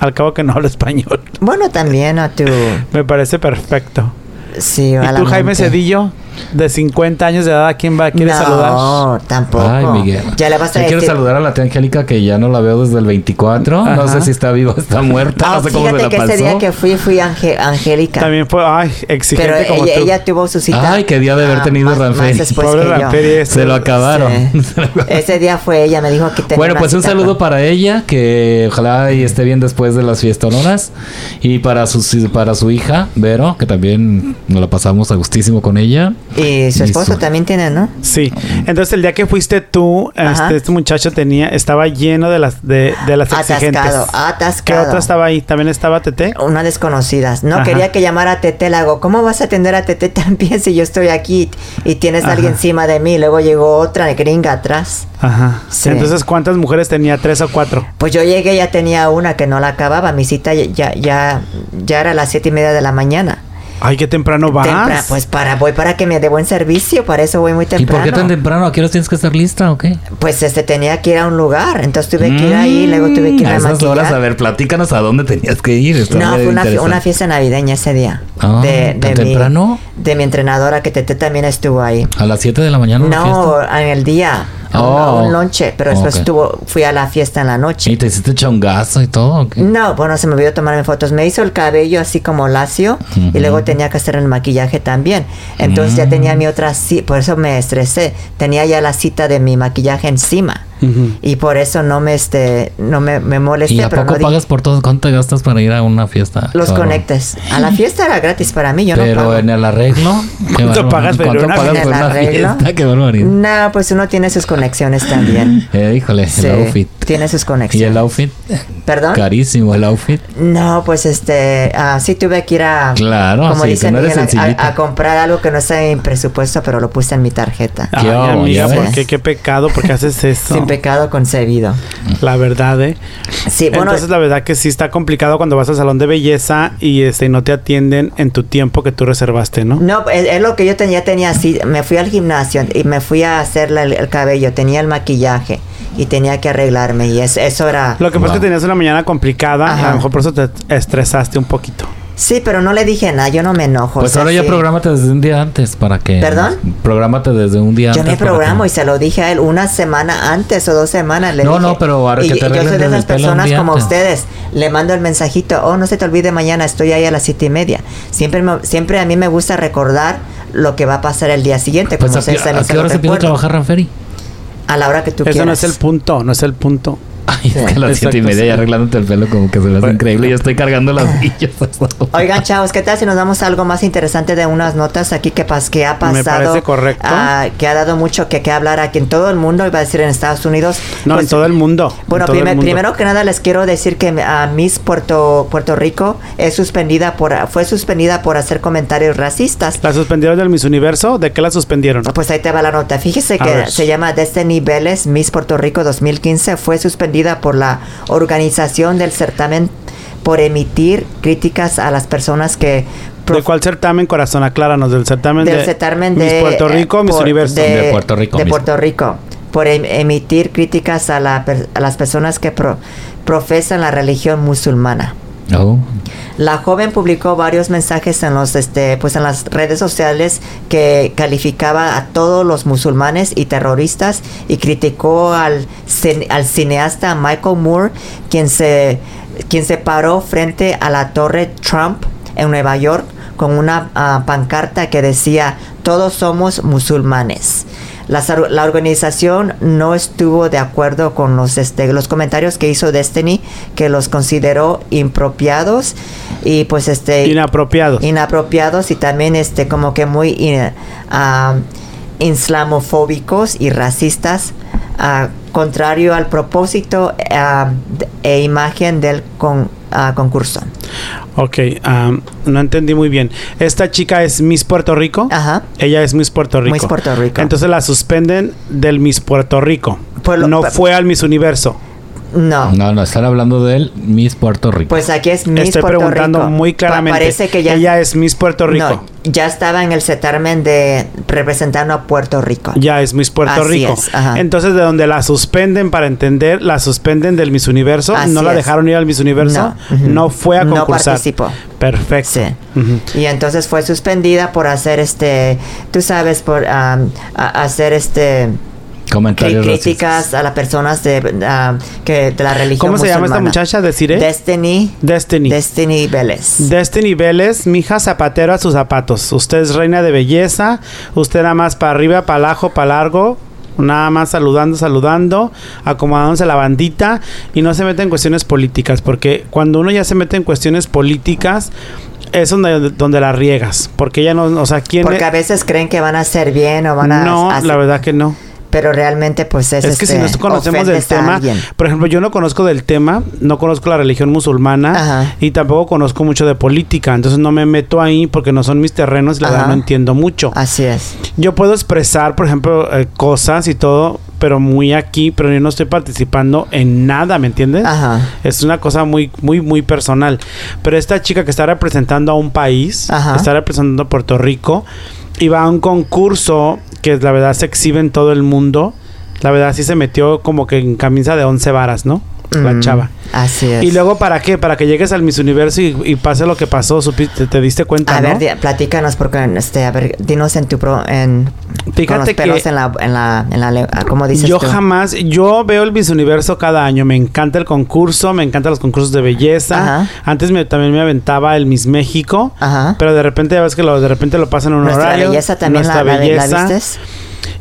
Speaker 2: Al cabo que no hablo español.
Speaker 1: Bueno, también a tu...
Speaker 2: Me parece perfecto.
Speaker 1: Sí,
Speaker 2: ¿Y
Speaker 1: a la
Speaker 2: tú, Jaime
Speaker 1: amante.
Speaker 2: Cedillo, de 50 años de edad, a quién va, quieres
Speaker 1: no,
Speaker 2: saludar?
Speaker 1: tampoco.
Speaker 3: Ay, Miguel.
Speaker 1: Ya le vas a
Speaker 3: Yo
Speaker 1: decir...
Speaker 3: quiero saludar a la tía Angélica que ya no la veo desde el 24. No
Speaker 2: Ajá.
Speaker 3: sé si está viva o está muerta.
Speaker 1: Ah,
Speaker 3: no sé cómo se
Speaker 1: fíjate
Speaker 3: la
Speaker 1: que
Speaker 3: pasó.
Speaker 1: ese día que fui, fui Ange- Angélica.
Speaker 2: También fue, ay,
Speaker 1: Pero
Speaker 2: exigente como
Speaker 1: ella,
Speaker 2: tú.
Speaker 1: ella tuvo su cita. Ah,
Speaker 3: Ay, qué día de haber tenido
Speaker 1: más- más
Speaker 3: Ranferi.
Speaker 1: después
Speaker 2: Pobre
Speaker 1: que yo.
Speaker 2: Ranferi, es-
Speaker 3: Se lo acabaron.
Speaker 1: Sí. Ese día fue ella, me dijo que tenía
Speaker 3: Bueno,
Speaker 1: una
Speaker 3: pues un
Speaker 1: cita
Speaker 3: saludo
Speaker 1: con-
Speaker 3: para ella, que ojalá y esté bien después de las fiestanoras. Y para su, para su hija, Vero, que también nos la pasamos a gustísimo con ella.
Speaker 1: Y su
Speaker 3: Y
Speaker 1: esposo
Speaker 3: su-
Speaker 1: también tiene, ¿no?
Speaker 2: Sí. Entonces, el día que fuiste tú,
Speaker 1: Ajá.
Speaker 2: este, este muchacho tenía estaba lleno de las de, de las exigentes.
Speaker 1: Atascado,
Speaker 2: ¿Qué
Speaker 1: atascado.
Speaker 2: otra estaba ahí? ¿También estaba Tete?
Speaker 1: Una desconocida. No
Speaker 2: Ajá.
Speaker 1: quería que llamara a Tete. Le hago, ¿cómo vas a atender a Tete también si yo estoy aquí y tienes a alguien
Speaker 2: Ajá.
Speaker 1: encima de mí? Luego llegó otra gringa atrás.
Speaker 2: Ajá.
Speaker 1: Sí.
Speaker 2: Entonces, ¿cuántas mujeres tenía? ¿Tres o cuatro?
Speaker 1: Pues yo llegué, ya tenía una que no la acababa. Mi cita ya, ya, ya era las siete y media de la mañana.
Speaker 2: Ay, qué temprano vas.
Speaker 1: Tempra- pues para, voy para que me dé buen servicio, para eso voy muy
Speaker 3: ¿Y
Speaker 1: temprano.
Speaker 3: por qué tan temprano? ¿A qué hora tienes que estar lista o qué?
Speaker 1: Pues este tenía que ir a un lugar, entonces tuve que ir ahí, luego tuve que ir
Speaker 3: Mm, a
Speaker 1: a,
Speaker 3: esas
Speaker 1: maquillar.
Speaker 3: horas, a ver, platícanos a dónde tenías que ir. está
Speaker 1: No,
Speaker 3: muy
Speaker 1: fue una, fie-
Speaker 3: interesante.
Speaker 1: una fiesta navideña ese día.
Speaker 3: Ah, ¿tan
Speaker 1: mi,
Speaker 3: temprano?
Speaker 1: De mi entrenadora, que Tete también estuvo ahí.
Speaker 3: ¿A las 7 de la mañana? una fiesta?
Speaker 1: No, en el día, a un- a
Speaker 3: Oh.
Speaker 1: un lonche, pero después
Speaker 3: Ok.
Speaker 1: estuvo, fui a la fiesta en la noche.
Speaker 3: ¿Y te hiciste chongazo y todo? o qué?
Speaker 1: No, bueno, se me olvidó tomarme fotos. Me hizo el cabello así como lacio y luego tenía que hacer el maquillaje también. Entonces ya tenía
Speaker 3: Mm.
Speaker 1: mi otra cita, por eso me estresé. Tenía ya la cita de mi maquillaje encima.
Speaker 2: Ujú.
Speaker 1: Y por eso no me este no me, me
Speaker 3: ¿Y
Speaker 1: molesté,
Speaker 3: a
Speaker 1: pero
Speaker 3: poco
Speaker 1: no di-
Speaker 3: pagas por todo? ¿Cuánto te gastas para ir a una fiesta?
Speaker 1: los
Speaker 3: Cabrón.
Speaker 1: conectes. A la fiesta era gratis para mí, yo no
Speaker 3: Pero
Speaker 1: pago.
Speaker 3: en el arreglo. qué
Speaker 2: ¿Cuánto
Speaker 3: bárbaro.
Speaker 2: pagas por
Speaker 3: ¿Cuánto
Speaker 2: una
Speaker 3: pagas
Speaker 1: fiesta?
Speaker 3: por
Speaker 1: ¿En el
Speaker 3: una
Speaker 1: arreglo?
Speaker 3: fiesta? Qué barbaridad.
Speaker 1: No, pues uno tiene sus conexiones también.
Speaker 3: Eh, híjole,
Speaker 1: Sí,
Speaker 3: el outfit.
Speaker 1: tiene sus
Speaker 3: ¿Y el
Speaker 1: conexiones.
Speaker 3: outfit?
Speaker 1: ¿Perdón?
Speaker 3: Carísimo el outfit.
Speaker 1: No, pues este, ah, sí tuve que ir a,
Speaker 3: Claro,
Speaker 1: como
Speaker 3: sí,
Speaker 1: dicen,
Speaker 3: que no eres
Speaker 1: Miguel, a- a,
Speaker 3: sencillito.
Speaker 1: a comprar algo que no está en mi presupuesto, pero lo puse en mi tarjeta.
Speaker 3: Qué
Speaker 2: Ay,
Speaker 3: obo,
Speaker 2: amiga,
Speaker 3: ya
Speaker 2: ¿por
Speaker 1: ves.
Speaker 2: qué? Qué pecado, porque haces eso.
Speaker 1: Sin pecado concebido.
Speaker 2: La verdad, ¿eh?
Speaker 1: Sí, bueno,
Speaker 2: Entonces, la verdad que sí está complicado cuando vas al salón de belleza y este y no te atienden en tu tiempo que tú reservaste, ¿no?
Speaker 1: no, es, es lo que yo tenía, tenía así, me fui al gimnasio y me fui a hacer la- el, cabello, tenía el maquillaje y tenía que arreglarme y es- eso era...
Speaker 2: Lo que pasa es
Speaker 3: Wow.
Speaker 2: que tenías una mañana complicada y a
Speaker 1: Ajá.
Speaker 2: lo mejor por eso te estresaste un poquito.
Speaker 1: Sí, pero no le dije nada, yo no me enojo. o
Speaker 3: Pues
Speaker 1: sea,
Speaker 3: ahora ya
Speaker 1: sí.
Speaker 3: prográmate desde un día antes para que.
Speaker 1: ¿Perdón?
Speaker 3: Prográmate desde un día
Speaker 1: Yo
Speaker 3: antes.
Speaker 1: me
Speaker 3: para
Speaker 1: programo
Speaker 3: que-
Speaker 1: y se lo dije a él una semana antes o dos semanas. Le
Speaker 3: No,
Speaker 1: dije.
Speaker 3: no, pero ahora
Speaker 1: Y-
Speaker 3: que te
Speaker 1: y Yo soy
Speaker 3: arreglen
Speaker 1: de
Speaker 3: el
Speaker 1: esas
Speaker 3: pelo un
Speaker 1: personas
Speaker 3: día
Speaker 1: como
Speaker 3: antes.
Speaker 1: ustedes. Le mando el mensajito, oh, no se te olvide mañana, estoy ahí a las siete y media. Siempre, me- siempre a mí me gusta recordar lo que va a pasar el día siguiente.
Speaker 3: Pues
Speaker 1: como
Speaker 3: a, qué-
Speaker 1: ustedes también
Speaker 3: ¿a
Speaker 1: se
Speaker 3: qué
Speaker 1: lo
Speaker 3: hora se empieza a
Speaker 1: recuerdo.
Speaker 3: trabajar Ranferi?
Speaker 1: A la hora que tú
Speaker 2: Eso
Speaker 1: quieras.
Speaker 2: no es el punto, no es el punto.
Speaker 3: Ay, es que a las
Speaker 2: Exacto,
Speaker 3: 7 y media
Speaker 2: sí. Pues,
Speaker 3: ya arreglándote el pelo como que se me hace
Speaker 2: Bueno.
Speaker 3: increíble. Yo estoy cargando las villas.
Speaker 1: Oigan, chavos, ¿qué tal si nos damos algo más interesante de unas notas aquí que, pas- que ha pasado?
Speaker 2: Me parece correcto.
Speaker 1: ah, que ha dado mucho que, que hablar aquí en todo el mundo, iba a decir en Estados Unidos.
Speaker 2: No,
Speaker 1: Pues,
Speaker 2: en todo el mundo. en
Speaker 1: Bueno,
Speaker 2: todo el
Speaker 1: primer-
Speaker 2: mundo.
Speaker 1: primero que nada les quiero decir que a Miss Puerto, Puerto Rico es suspendida por, fue suspendida por hacer comentarios racistas.
Speaker 2: ¿La suspendieron del Miss Universo? ¿De qué la suspendieron?
Speaker 1: Pues ahí te va la nota. Fíjese
Speaker 2: A
Speaker 1: que
Speaker 2: ver.
Speaker 1: se llama Destiny Vélez, Miss Puerto Rico 2015. Fue suspendida por la organización del certamen por emitir críticas a las personas que...
Speaker 2: ¿De cuál certamen, corazón? Acláranos, del certamen
Speaker 1: del
Speaker 2: de
Speaker 1: certamen de... eh,
Speaker 2: Miss Puerto Rico, Miss
Speaker 1: por-
Speaker 2: Universo.
Speaker 3: De Puerto Rico
Speaker 1: De
Speaker 3: mismo.
Speaker 1: Puerto Rico. Por em- emitir críticas a, la per- a las personas que pro- profesan la religión musulmana.
Speaker 3: Oh.
Speaker 1: La joven publicó varios mensajes en los este, pues en las redes sociales que calificaba a todos los musulmanes y terroristas y criticó al, cin- al cineasta Michael Moore, quien se quien se paró frente a la Torre Trump en Nueva York con una ah, pancarta que decía todos somos musulmanes. Las or- la organización no estuvo de acuerdo con los, este, los comentarios que hizo Destiny, que los consideró impropiados y pues este
Speaker 2: Inapropiados.
Speaker 1: inapropiados y también este como que muy in- ah, islamofóbicos y racistas ah, contrario al propósito ah, d- e imagen del con- ah, concurso.
Speaker 2: ok, am, no entendí muy bien. Esta chica es Miss Puerto Rico.
Speaker 1: Ajá.
Speaker 2: Ella es Miss Puerto Rico.
Speaker 1: Miss Puerto Rico.
Speaker 2: Entonces la suspenden del Miss Puerto Rico.
Speaker 1: Por lo-
Speaker 2: no
Speaker 1: por-
Speaker 2: fue al Miss Universo.
Speaker 1: No.
Speaker 3: No, no, están hablando del Miss Puerto Rico.
Speaker 1: Ah. Pues aquí es Miss
Speaker 2: Estoy
Speaker 1: Puerto
Speaker 2: preguntando
Speaker 1: Rico.
Speaker 2: muy
Speaker 1: Pa-
Speaker 2: claramente.
Speaker 1: parece que ya
Speaker 2: Ella es Miss Puerto Rico.
Speaker 1: No, ya estaba en el certamen de representando a Puerto Rico.
Speaker 2: Ya es Miss Puerto
Speaker 1: Así
Speaker 2: Rico.
Speaker 1: es, ajá.
Speaker 2: Entonces, de donde la suspenden, para entender, la suspenden del Miss Universo.
Speaker 1: Así
Speaker 2: no la
Speaker 1: es.
Speaker 2: dejaron ir al Miss Universo.
Speaker 1: No,
Speaker 2: No,
Speaker 1: ujú.
Speaker 2: fue a
Speaker 1: No
Speaker 2: concursar.
Speaker 1: participó.
Speaker 2: Perfecto.
Speaker 1: Sí.
Speaker 2: Ujú.
Speaker 1: Y entonces fue suspendida por hacer este, tú sabes, por am, a- hacer este cri-
Speaker 3: Comentarios
Speaker 1: críticas a las personas de, am, que, de la religión.
Speaker 2: ¿Cómo se llama esta
Speaker 1: musulmana.
Speaker 2: muchacha? Desiree.
Speaker 1: Destiny.
Speaker 2: Destiny.
Speaker 1: Destiny Vélez.
Speaker 2: Destiny Vélez, este mija zapatero a sus zapatos. Usted es reina de belleza. Usted nada más para arriba, para abajo, para largo. Nada más saludando, saludando, acomodándose la bandita y no se mete en cuestiones políticas, porque cuando uno ya se mete en cuestiones políticas es donde, donde la riegas, porque ya no, o sea, quién
Speaker 1: porque
Speaker 2: es-
Speaker 1: a veces creen que van a ser bien o van a
Speaker 2: no,
Speaker 1: hacer-
Speaker 2: la verdad que no.
Speaker 1: pero realmente pues es,
Speaker 2: Es que si
Speaker 1: este,
Speaker 2: no conocemos del
Speaker 1: ofendes a
Speaker 2: tema,
Speaker 1: alguien.
Speaker 2: por ejemplo, yo no conozco del tema, no conozco la religión musulmana
Speaker 1: Ajá.
Speaker 2: y tampoco conozco mucho de política, entonces no me meto ahí porque no son mis terrenos y la
Speaker 1: Ajá.
Speaker 2: verdad no entiendo mucho.
Speaker 1: Así es.
Speaker 2: Yo puedo expresar, por ejemplo, eh, cosas y todo, pero muy aquí, pero yo no estoy participando en nada, ¿me entiendes?
Speaker 1: Ajá.
Speaker 2: Es una cosa muy, muy, muy personal. Pero esta chica que está representando a un país,
Speaker 1: Ajá.
Speaker 2: está representando a Puerto Rico, y va a un concurso que la verdad se exhibe en todo el mundo. La verdad sí se metió como que en camisa de once varas, ¿no? La
Speaker 1: Mm,
Speaker 2: chava.
Speaker 1: Así es.
Speaker 2: ¿Y luego para qué? Para que llegues al Miss Universo y, y pase lo que pasó, supiste- te, te diste cuenta,
Speaker 1: A
Speaker 2: ¿no?
Speaker 1: ver, di- platícanos porque este, a ver, dinos en tu pro, en con los
Speaker 2: Fíjate
Speaker 1: pelos
Speaker 2: que-
Speaker 1: en la en la en la le- ah, ¿cómo dices
Speaker 2: Yo
Speaker 1: tú?
Speaker 2: jamás, yo veo el Miss Universo cada año, me encanta el concurso, me encantan los concursos de belleza.
Speaker 1: Ajá.
Speaker 2: Antes me, también me aventaba el Miss México,
Speaker 1: Ajá.
Speaker 2: pero de repente ya ves que lo, de repente lo pasan en un
Speaker 1: nuestra
Speaker 2: horario.
Speaker 1: belleza también la,
Speaker 2: nuestra
Speaker 1: la- la
Speaker 2: belleza,
Speaker 1: vistes.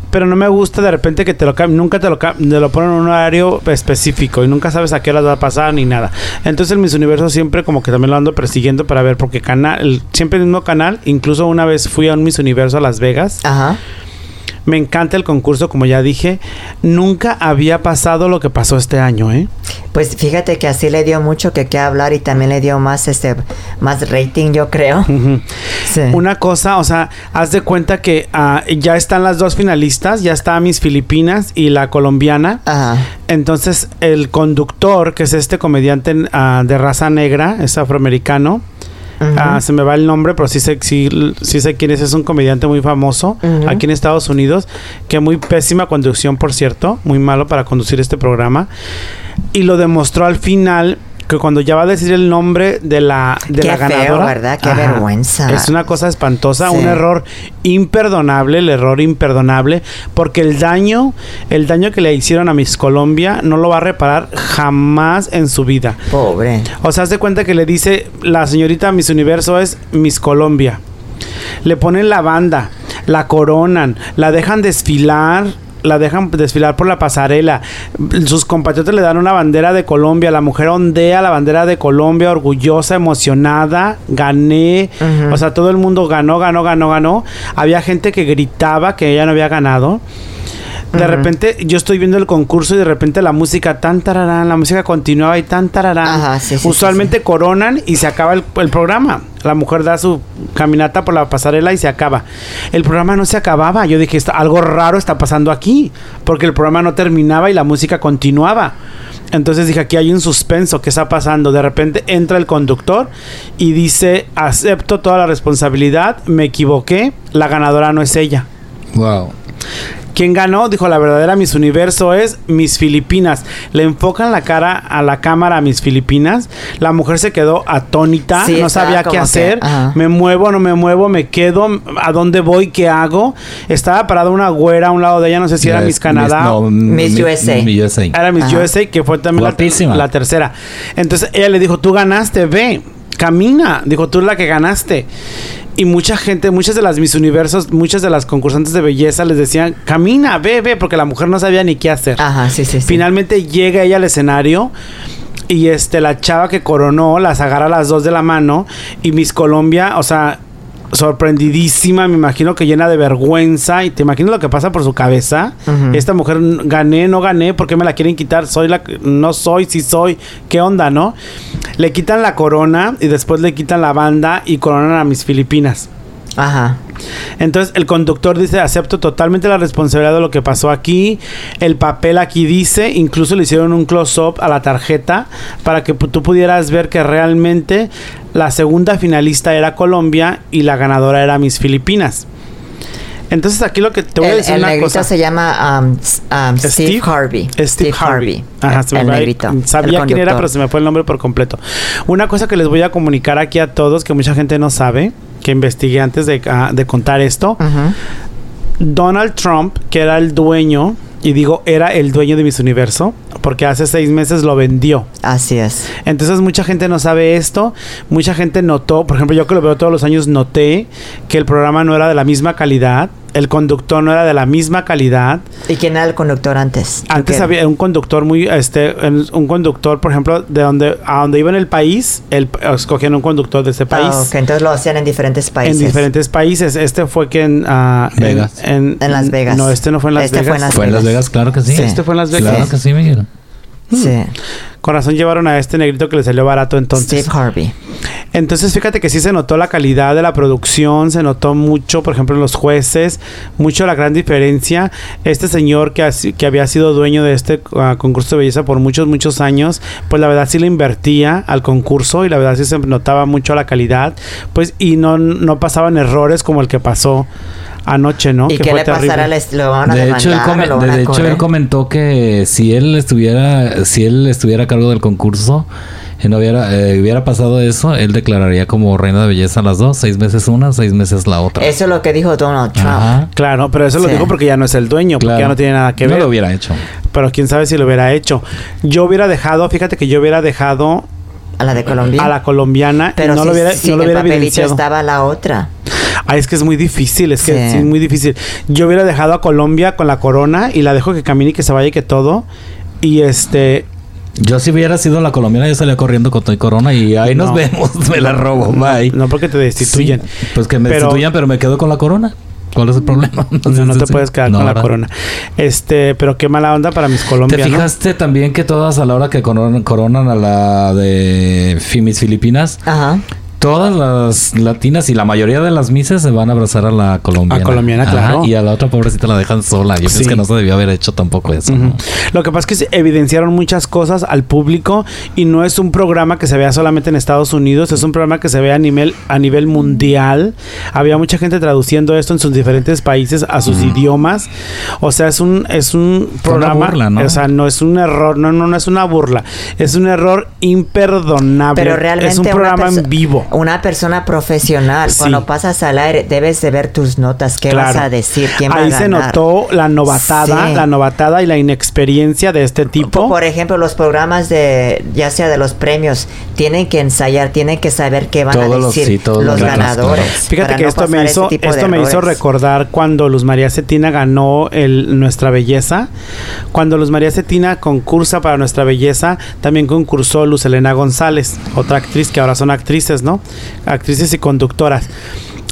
Speaker 2: Pero no me gusta de repente que te lo cam- nunca te lo, cam- te lo ponen en un horario específico y nunca sabes a qué hora va a pasar ni nada. Entonces el Miss Universo siempre como que también lo ando persiguiendo para ver porque canal, el- siempre el mismo canal, incluso una vez fui a un Miss Universo a Las Vegas.
Speaker 1: Ajá.
Speaker 2: Me encanta el concurso, como ya dije. Nunca había pasado lo que pasó este año, ¿eh?
Speaker 1: Pues fíjate que así le dio mucho que qué hablar y también le dio más este más rating, yo creo.
Speaker 2: Ujú.
Speaker 1: Sí.
Speaker 2: Una cosa, o sea, haz de cuenta que ah, ya están las dos finalistas, ya está Miss Filipinas y la colombiana.
Speaker 1: Ajá.
Speaker 2: Entonces, el conductor, que es este comediante ah, de raza negra, es afroamericano,
Speaker 1: Ujú.
Speaker 2: Ah, se me va el nombre, pero sí sé, sí, sí sé quién es. Es un comediante muy famoso
Speaker 1: Ujú.
Speaker 2: aquí en Estados Unidos. Que muy pésima conducción, por cierto. Muy malo para conducir este programa. Y lo demostró al final que cuando ya va a decir el nombre de la, de
Speaker 1: Qué
Speaker 2: la
Speaker 1: feo,
Speaker 2: ganadora.
Speaker 1: ¿verdad? Qué vergüenza.
Speaker 2: Es una cosa espantosa,
Speaker 1: Sí.
Speaker 2: un error imperdonable, el error imperdonable, porque el daño, el daño que le hicieron a Miss Colombia no lo va a reparar jamás en su vida.
Speaker 1: Pobre.
Speaker 2: O sea, haz de cuenta que le dice la señorita Miss Universo es Miss Colombia. Le ponen la banda, la coronan, la dejan desfilar. La dejan desfilar por la pasarela. Sus compatriotas le dan una bandera de Colombia. La mujer ondea la bandera de Colombia, orgullosa, emocionada. Gané.
Speaker 1: Ujú.
Speaker 2: O sea, todo el mundo ganó, ganó, ganó, ganó. Había gente que gritaba que ella no había ganado. De
Speaker 1: Ujú.
Speaker 2: repente yo estoy viendo el concurso y de repente la música tan tararán, la música continuaba y tan tararán.
Speaker 1: Ajá, sí, sí, sí,
Speaker 2: Usualmente coronan y se acaba el, el programa. La mujer da su caminata por la pasarela y se acaba. El programa no se acababa. Yo dije, "Está- algo raro está pasando aquí, porque el programa no terminaba y la música continuaba. Entonces dije, aquí hay un suspenso, ¿qué está pasando? De repente entra el conductor y dice, acepto toda la responsabilidad, me equivoqué, la ganadora no es ella.
Speaker 3: Rico. Wow.
Speaker 2: ¿Quién ganó? Dijo, la verdadera Miss Universo es Miss Filipinas. Le enfocan la cara a la cámara a Miss Filipinas. La mujer se quedó atónita,
Speaker 1: Sí,
Speaker 2: no
Speaker 1: estaba
Speaker 2: sabía
Speaker 1: como
Speaker 2: qué
Speaker 1: que,
Speaker 2: hacer.
Speaker 1: ajá.
Speaker 2: me muevo, no me muevo, me quedo. ¿A dónde voy? ¿Qué hago? Estaba parada una güera a un lado de ella, no sé si era
Speaker 3: Es
Speaker 2: Miss Canadá.
Speaker 3: no,
Speaker 1: Miss
Speaker 3: mi-
Speaker 1: USA.
Speaker 3: mi USA.
Speaker 2: Era Miss
Speaker 1: Ajá.
Speaker 2: USA, que fue también la,
Speaker 3: Guapísima.
Speaker 2: la tercera. Entonces ella le dijo, tú ganaste, ve. camina. Dijo, tú eres la que ganaste. Y mucha gente, muchas de las Miss Universos, muchas de las concursantes de belleza les decían, camina, ve, ve, porque la mujer no sabía ni qué hacer.
Speaker 1: Ajá, sí, sí, sí.
Speaker 2: Finalmente llega ella al escenario y este la chava que coronó las agarra las dos de la mano y Miss Colombia, o sea, sorprendidísima, me imagino que llena de vergüenza y te imagino lo que pasa por su cabeza.
Speaker 1: Ujú.
Speaker 2: Esta mujer n- gané, no gané, ¿por qué me la quieren quitar? Soy la que- no soy, sí soy. ¿Qué onda, no? Le quitan la corona y después le quitan la banda y coronan a mis Filipinas.
Speaker 1: Ajá.
Speaker 2: Entonces el conductor dice, acepto totalmente la responsabilidad de lo que pasó aquí. El papel aquí dice, incluso le hicieron un close-up a la tarjeta para que pu- tú pudieras ver que realmente la segunda finalista era Colombia y la ganadora era Miss Filipinas. Entonces aquí lo que te voy a
Speaker 1: el,
Speaker 2: decir
Speaker 1: el
Speaker 2: una
Speaker 1: negrito
Speaker 2: cosa.
Speaker 1: se llama um, s- um, Steve, Harvey.
Speaker 2: Steve, Harvey. Ajá, se me
Speaker 1: el
Speaker 2: va a ir.
Speaker 1: negrito.
Speaker 2: Sabía
Speaker 1: el
Speaker 2: quién era,
Speaker 1: conductor.
Speaker 2: pero se me fue el nombre por completo. Una cosa que les voy a comunicar aquí a todos, que mucha gente no sabe, que investigué antes de, ah, de contar esto.
Speaker 1: Ujú.
Speaker 2: Donald Trump, que era el dueño, y digo era el dueño de Miss Universo, porque hace seis meses lo vendió.
Speaker 1: Así es.
Speaker 2: Entonces mucha gente no sabe esto, mucha gente notó, por ejemplo yo que lo veo todos los años noté que el programa no era de la misma calidad, el conductor no era de la misma calidad,
Speaker 1: ¿Y quién era el conductor antes?
Speaker 2: Ah, antes
Speaker 1: Porque-
Speaker 2: había un conductor muy, este, en- un conductor, por ejemplo, de donde, a donde iba en el país, el, escogían un conductor de ese
Speaker 1: Ah,
Speaker 2: país.
Speaker 1: ok, entonces lo hacían en diferentes países.
Speaker 2: En diferentes países. Este fue que en, ah, en-
Speaker 3: Vegas.
Speaker 2: En,
Speaker 1: En Las Vegas.
Speaker 2: No, este no fue en Las
Speaker 1: Este
Speaker 2: Vegas.
Speaker 1: fue en Las
Speaker 3: Fue en Las
Speaker 1: Vegas.
Speaker 3: Vegas, claro que sí.
Speaker 1: Sí. Mm.
Speaker 2: Este fue en Las Vegas.
Speaker 3: Claro que sí, Miguel.
Speaker 1: Sí.
Speaker 2: Con razón llevaron a este negrito que le salió barato entonces.
Speaker 1: Steve Harvey.
Speaker 2: Entonces fíjate que sí se notó la calidad de la producción, se notó mucho, por ejemplo, en los jueces, mucho la gran diferencia. Este señor que, ha si- que había sido dueño de este ah, concurso de belleza por muchos, muchos años, pues la verdad sí le invertía al concurso y la verdad sí se notaba mucho la calidad, pues y no, no pasaban errores como el que pasó anoche, ¿no?
Speaker 1: ¿Y
Speaker 2: Que
Speaker 1: qué
Speaker 2: fue
Speaker 1: le pasará?
Speaker 2: terrible.
Speaker 1: al est- ¿Lo van a
Speaker 3: de hecho,
Speaker 1: demandar?
Speaker 3: él come-
Speaker 1: ¿Lo van
Speaker 3: de
Speaker 1: a
Speaker 3: hecho,
Speaker 1: correr?
Speaker 3: él comentó que si él estuviera, si él estuviera a cargo del concurso, y no hubiera, eh, hubiera pasado eso, él declararía como reina de belleza a las dos, seis meses una, seis meses la otra.
Speaker 1: Eso es lo que dijo Donald Trump.
Speaker 3: Ajá,
Speaker 2: Claro, pero eso lo
Speaker 1: Sí.
Speaker 2: digo porque ya no es el dueño, porque ya no tiene nada que
Speaker 3: No
Speaker 2: ver.
Speaker 3: lo hubiera hecho.
Speaker 2: Pero quién sabe si lo hubiera hecho. Yo hubiera dejado, fíjate que yo hubiera dejado
Speaker 1: A la de Colombia.
Speaker 2: a la colombiana
Speaker 1: pero
Speaker 2: y no
Speaker 1: sí,
Speaker 2: lo hubiera,
Speaker 1: sí,
Speaker 2: no lo
Speaker 1: en el
Speaker 2: hubiera
Speaker 1: papelito
Speaker 2: evidenciado.
Speaker 1: estaba la otra.
Speaker 2: Ay, es que es muy difícil, es que
Speaker 1: Sí.
Speaker 2: sí, es muy difícil. Yo hubiera dejado a Colombia con la corona y la dejo que camine y que se vaya y que todo. Y este.
Speaker 3: Yo si hubiera sido la colombiana, yo salía corriendo con Toy Corona y ahí
Speaker 2: No.
Speaker 3: nos vemos, me la robo, bye.
Speaker 2: No porque te destituyen.
Speaker 3: Sí, pues que me
Speaker 2: Pero-
Speaker 3: destituyan, pero me quedo con la corona. ¿Cuál es el problema?
Speaker 2: No, no te
Speaker 3: Sí.
Speaker 2: puedes quedar
Speaker 3: No,
Speaker 2: con la
Speaker 3: ¿verdad?
Speaker 2: corona. Este, pero qué mala onda para mis
Speaker 3: ¿Te
Speaker 2: colombianos.
Speaker 3: fijaste también que todas a la hora que coron- coronan a la de Fi- Miss Filipinas,
Speaker 1: Ajá.
Speaker 3: Todas las latinas y la mayoría de las misas se van a abrazar a la colombiana.
Speaker 2: A colombiana,
Speaker 3: Ajá,
Speaker 2: claro.
Speaker 3: Y a la otra pobrecita la dejan sola. Yo
Speaker 2: Sí.
Speaker 3: pienso que no se debió haber hecho tampoco eso.
Speaker 2: Ujú.
Speaker 3: ¿no?
Speaker 2: Lo que pasa es que se evidenciaron muchas cosas al público y no es un programa que se vea solamente en Estados Unidos, es un programa que se ve a nivel, a nivel mundial. Había mucha gente traduciendo esto en sus diferentes países a sus idiomas. O sea, es un, es un
Speaker 3: Fue una
Speaker 2: programa.
Speaker 3: burla, ¿no?
Speaker 2: O sea, no es un error, no, no, no es una burla. Es un error imperdonable.
Speaker 1: Pero realmente
Speaker 2: es un
Speaker 1: una
Speaker 2: programa en
Speaker 1: perso-
Speaker 2: vivo.
Speaker 1: Una persona profesional,
Speaker 2: Sí.
Speaker 1: cuando pasas al aire, debes de ver tus notas, qué
Speaker 2: Claro.
Speaker 1: vas a decir, quién va a
Speaker 2: Ahí
Speaker 1: ganar.
Speaker 2: se notó la novatada,
Speaker 1: Sí.
Speaker 2: la novatada y la inexperiencia de este tipo.
Speaker 1: Por ejemplo, los programas de, ya sea de los premios, tienen que ensayar, tienen que saber qué van
Speaker 3: Todos
Speaker 1: a
Speaker 3: los-
Speaker 1: decir
Speaker 3: sí, todos
Speaker 1: los
Speaker 3: los datos,
Speaker 1: ganadores.
Speaker 3: claro.
Speaker 2: Fíjate
Speaker 1: Pues, para
Speaker 2: que
Speaker 1: no
Speaker 2: esto me
Speaker 1: pasar
Speaker 2: hizo,
Speaker 1: ese tipo de
Speaker 2: esto me hizo
Speaker 1: errores.
Speaker 2: recordar cuando Luz María Cetina ganó el Nuestra Belleza. Cuando Luz María Cetina concursa para Nuestra Belleza, también concursó Luz Elena González, otra actriz que ahora son actrices, ¿no? Actrices y conductoras.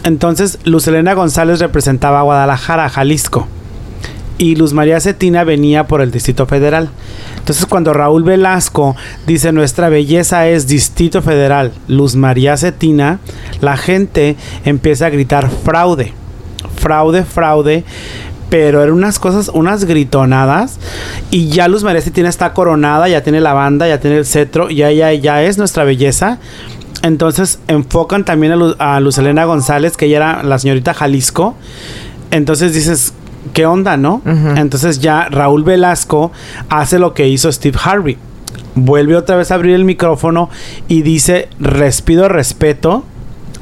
Speaker 2: Entonces, Luz Elena González representaba a Guadalajara, Jalisco. Y Luz María Cetina venía por el Distrito Federal. Entonces cuando Raúl Velasco dice nuestra belleza es Distrito Federal, Luz María Cetina, la gente empieza a gritar fraude, fraude, fraude. Pero eran unas cosas, unas gritonadas. Y ya Luz María Cetina está coronada, ya tiene la banda, ya tiene el cetro, ya, ya, ya es nuestra belleza. Entonces enfocan también a, Lu- a Luz Elena González, que ella era la señorita Jalisco. Entonces dices, ¿qué onda, no?
Speaker 1: Ujú.
Speaker 2: Entonces ya Raúl Velasco hace lo que hizo Steve Harvey. Vuelve otra vez a abrir el micrófono y dice, respido respeto.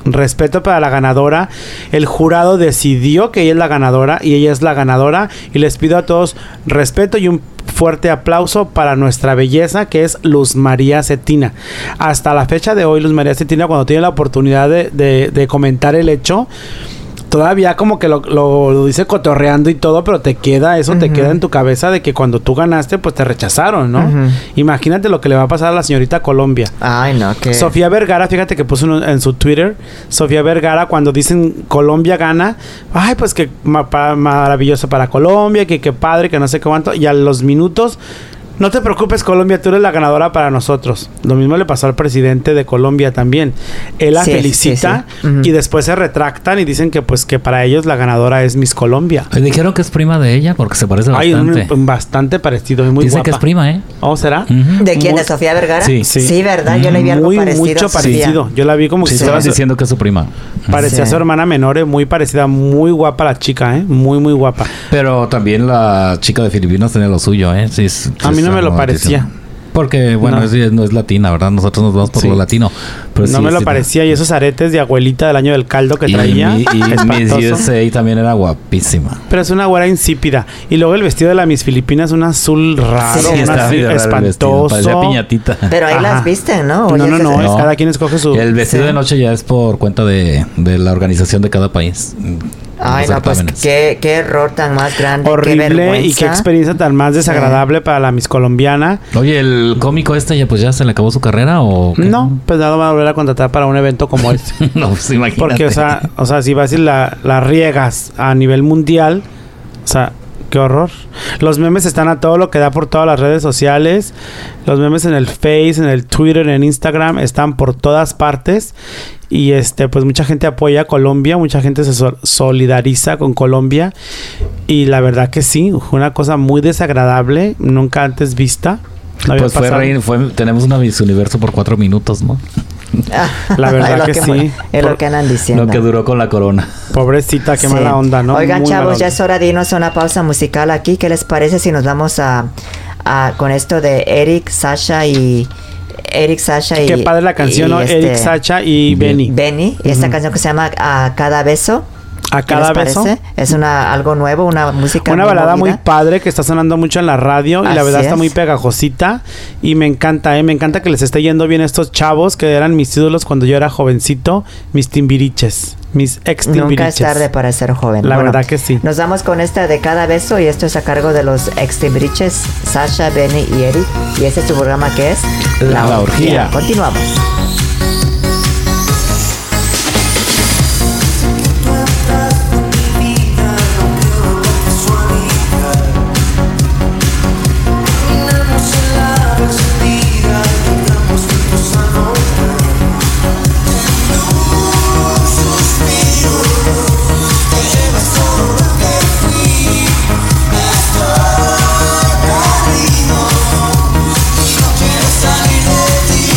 Speaker 2: Respeto para la ganadora. El jurado decidió que ella es la ganadora y ella es la ganadora. Y les pido a todos respeto y un fu- fuerte aplauso para nuestra belleza que es Luz María Cetina. Hasta la fecha de hoy, Luz María Cetina, cuando tiene la oportunidad de, de- de comentar el hecho, todavía como que lo, lo- lo dice cotorreando y todo, pero te queda eso, te queda en tu cabeza de que cuando tú ganaste, pues te rechazaron, ¿no?
Speaker 1: Ujú.
Speaker 2: Imagínate lo que le va a pasar a la señorita Colombia.
Speaker 1: Ay, no, que.
Speaker 2: Sofía Vergara, fíjate que puso en, en su Twitter, Sofía Vergara cuando dicen Colombia gana, ay pues que ma- pa- maravilloso para Colombia, que qué padre, que no sé qué cuánto, y a los minutos, no te preocupes Colombia, tú eres la ganadora para nosotros. Lo mismo le pasó al presidente de Colombia también. Él la
Speaker 1: Sí, sí,
Speaker 2: felicita
Speaker 1: sí. Ujú.
Speaker 2: y después se retractan y dicen que pues que para ellos la ganadora es Miss Colombia.
Speaker 3: Ay, Dijeron que es prima de ella porque se parece
Speaker 2: Hay un,
Speaker 3: bastante.
Speaker 2: un bastante parecido y muy
Speaker 3: Dicen
Speaker 2: guapa.
Speaker 3: que es prima, ¿eh?
Speaker 2: ¿Oh, será?
Speaker 3: Ujú.
Speaker 1: ¿De quién?
Speaker 2: Muy-
Speaker 1: ¿De Sofía Vergara?
Speaker 3: Sí.
Speaker 1: sí. ¿verdad? Yo le vi algo
Speaker 2: Muy,
Speaker 1: parecido.
Speaker 2: mucho
Speaker 1: a Sofía.
Speaker 2: parecido. Yo la vi como
Speaker 3: Sí,
Speaker 2: que Pues se
Speaker 3: estaban
Speaker 2: va-
Speaker 3: diciendo que es su prima.
Speaker 2: Parecía
Speaker 1: Sí.
Speaker 2: su hermana menor, eh, muy parecida, muy guapa la chica, ¿eh? Muy, muy guapa.
Speaker 3: Pero también la chica de Filipinas tenía lo suyo, ¿eh? Sí, es-
Speaker 2: A
Speaker 3: sí
Speaker 2: mí no
Speaker 3: está
Speaker 2: me lo
Speaker 3: muy
Speaker 2: parecía.
Speaker 3: altísimo. Porque, bueno,
Speaker 2: No.
Speaker 3: es- no. Es, latina, ¿verdad? Nosotros nos vamos por
Speaker 2: Sí.
Speaker 3: lo latino. Pero
Speaker 2: no
Speaker 3: Pues sí,
Speaker 2: me lo
Speaker 3: sí,
Speaker 2: parecía. Y esos aretes de abuelita del año del caldo que
Speaker 3: Y,
Speaker 2: traía.
Speaker 3: mi- y Miss
Speaker 2: espantoso.
Speaker 3: USA también era guapísima.
Speaker 2: Pero es una güera insípida. Y luego el vestido de la Miss Filipinas, un azul raro,
Speaker 1: Sí,
Speaker 2: un
Speaker 3: estaba
Speaker 2: azul
Speaker 3: medio raro el vestido,
Speaker 2: espantoso.
Speaker 3: Parecía piñatita.
Speaker 1: Pero ahí
Speaker 2: Ajá.
Speaker 1: las visten, ¿no? O
Speaker 2: no,
Speaker 1: ya
Speaker 2: no,
Speaker 1: se-
Speaker 2: no, es
Speaker 3: No.
Speaker 2: cada quien escoge su.
Speaker 3: El vestido
Speaker 1: Sí.
Speaker 3: de noche ya es por cuenta de, de la organización de cada país.
Speaker 1: Ay,
Speaker 3: Los
Speaker 1: no, pues
Speaker 3: certámenes.
Speaker 1: qué, qué error tan más grande. qué
Speaker 2: horrible
Speaker 1: vergüenza.
Speaker 2: y qué experiencia tan más desagradable para la Miss Colombiana.
Speaker 3: Oye, el cómico este ya pues ya se le acabó su carrera o qué?
Speaker 2: No, pues nada, va a volver a contratar para un evento como este.
Speaker 3: no, pues imagínate.
Speaker 2: Porque, o sea, o sea, si vas y la, la riegas a nivel mundial, o sea, qué horror. Los memes están a todo lo que da por todas las redes sociales. Los memes en el Face, en el Twitter, en Instagram, están por todas partes. Y este, pues mucha gente apoya a Colombia, mucha gente se sol- solidariza con Colombia. Y la verdad que sí, fue una cosa muy desagradable, nunca antes vista. No había
Speaker 3: pues fue,
Speaker 2: pasado.
Speaker 3: rein- fue- tenemos una Miss Universo por cuatro minutos, ¿no?
Speaker 2: La verdad
Speaker 1: Es lo
Speaker 2: que sí.
Speaker 1: Es
Speaker 2: Por-
Speaker 1: lo que andan diciendo.
Speaker 3: Lo que duró con la corona.
Speaker 2: Pobrecita, qué
Speaker 1: Sí.
Speaker 2: mala onda, ¿no?
Speaker 1: Oigan,
Speaker 2: Muy mala
Speaker 1: chavos, ya
Speaker 2: onda.
Speaker 1: es hora de irnos a una pausa musical aquí. ¿Qué les parece si nos vamos a, a- con esto de Eric, Sasha y Eric, Sasha y
Speaker 2: Qué padre la canción,
Speaker 1: y
Speaker 2: ¿no?
Speaker 1: este,
Speaker 2: Eric Sacha y
Speaker 3: Bien.
Speaker 2: Benny.
Speaker 1: Benny, y esta canción que se llama A cada beso.
Speaker 2: A
Speaker 1: ¿Qué
Speaker 2: cada
Speaker 1: les
Speaker 2: beso.
Speaker 1: parece? Es una algo nuevo, una música
Speaker 2: Una balada muy
Speaker 1: movida.
Speaker 2: padre que está sonando mucho en la radio y la
Speaker 1: Así
Speaker 2: verdad está
Speaker 1: es.
Speaker 2: muy pegajosita y me encanta, eh, me encanta que les esté yendo bien a estos chavos que eran mis ídolos cuando yo era jovencito, mis timbiriches, mis ex timbiriches.
Speaker 1: Nunca es tarde para ser joven.
Speaker 2: La verdad que sí.
Speaker 1: Nos damos con esta de cada beso y esto es a cargo de los extimbriches Sasha, Benny y Eric. Y este es tu programa que es
Speaker 2: La Orgía.
Speaker 1: Continuamos.
Speaker 4: Caminamos en la vestida y entramos juntos a notar Tu suspiro Te llevas todo lo que fui Hasta ahora arriba Y no quiero salir de ti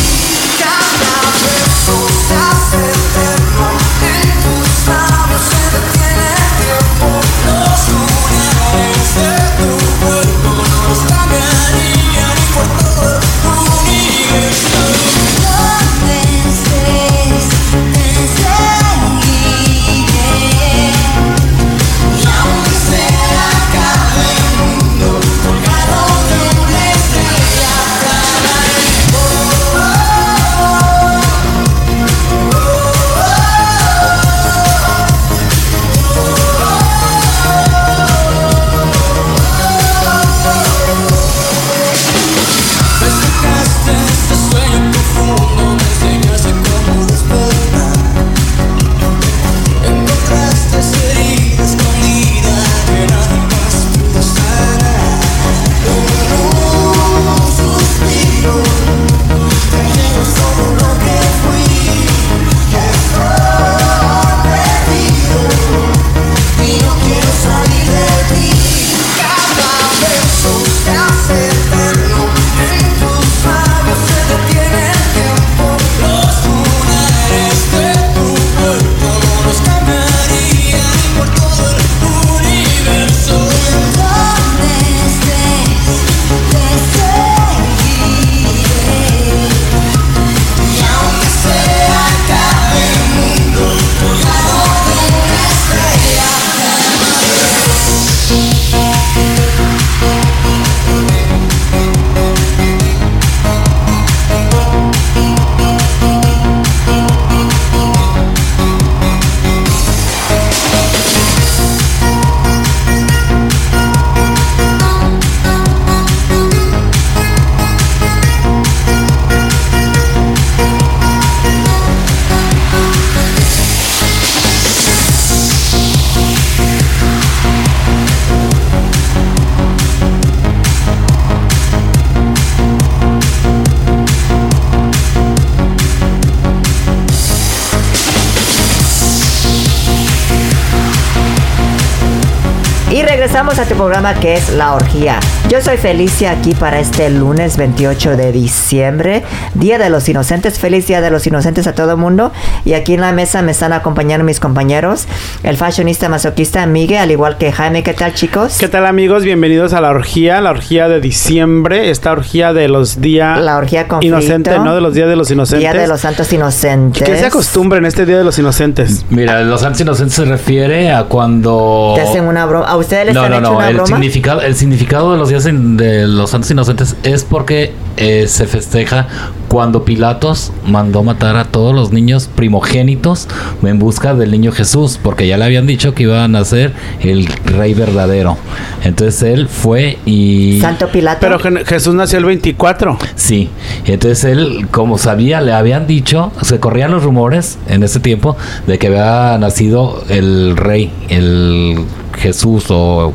Speaker 1: Y regresamos a tu programa que es La Orgía. Yo soy Felicia aquí para este lunes 28 de diciembre, Día de los Inocentes. Feliz Día de los Inocentes a todo el mundo. Y aquí en la mesa me están acompañando mis compañeros, el fashionista masoquista Miguel, al igual que Jaime. ¿Qué tal, chicos?
Speaker 2: ¿Qué tal amigos? Bienvenidos a la orgía, la orgía de diciembre, esta orgía de los días
Speaker 1: La orgía con
Speaker 2: inocentes,
Speaker 1: frito.
Speaker 2: ¿no? De los días de los inocentes.
Speaker 1: Día de los Santos Inocentes.
Speaker 2: que se acostumbra en este día de los inocentes.
Speaker 3: Mira, los santos inocentes se refiere a cuando...
Speaker 1: Te hacen una broma. ¿A ustedes les
Speaker 3: No,
Speaker 1: han
Speaker 3: no,
Speaker 1: hecho
Speaker 3: no.
Speaker 1: una
Speaker 3: El
Speaker 1: broma?
Speaker 3: significado, el significado de los días in- de los santos inocentes es porque eh, se festeja cuando Pilatos mandó matar a todos los niños primogénitos en busca del niño Jesús, porque ya le habían dicho que iba a nacer el rey verdadero. Entonces él fue y...
Speaker 1: Santo Pilato.
Speaker 2: Pero Je- Jesús nació el 24.
Speaker 3: Sí, y entonces él, como sabía, le habían dicho, se corrían los rumores en ese tiempo de que había nacido el rey, el Jesús o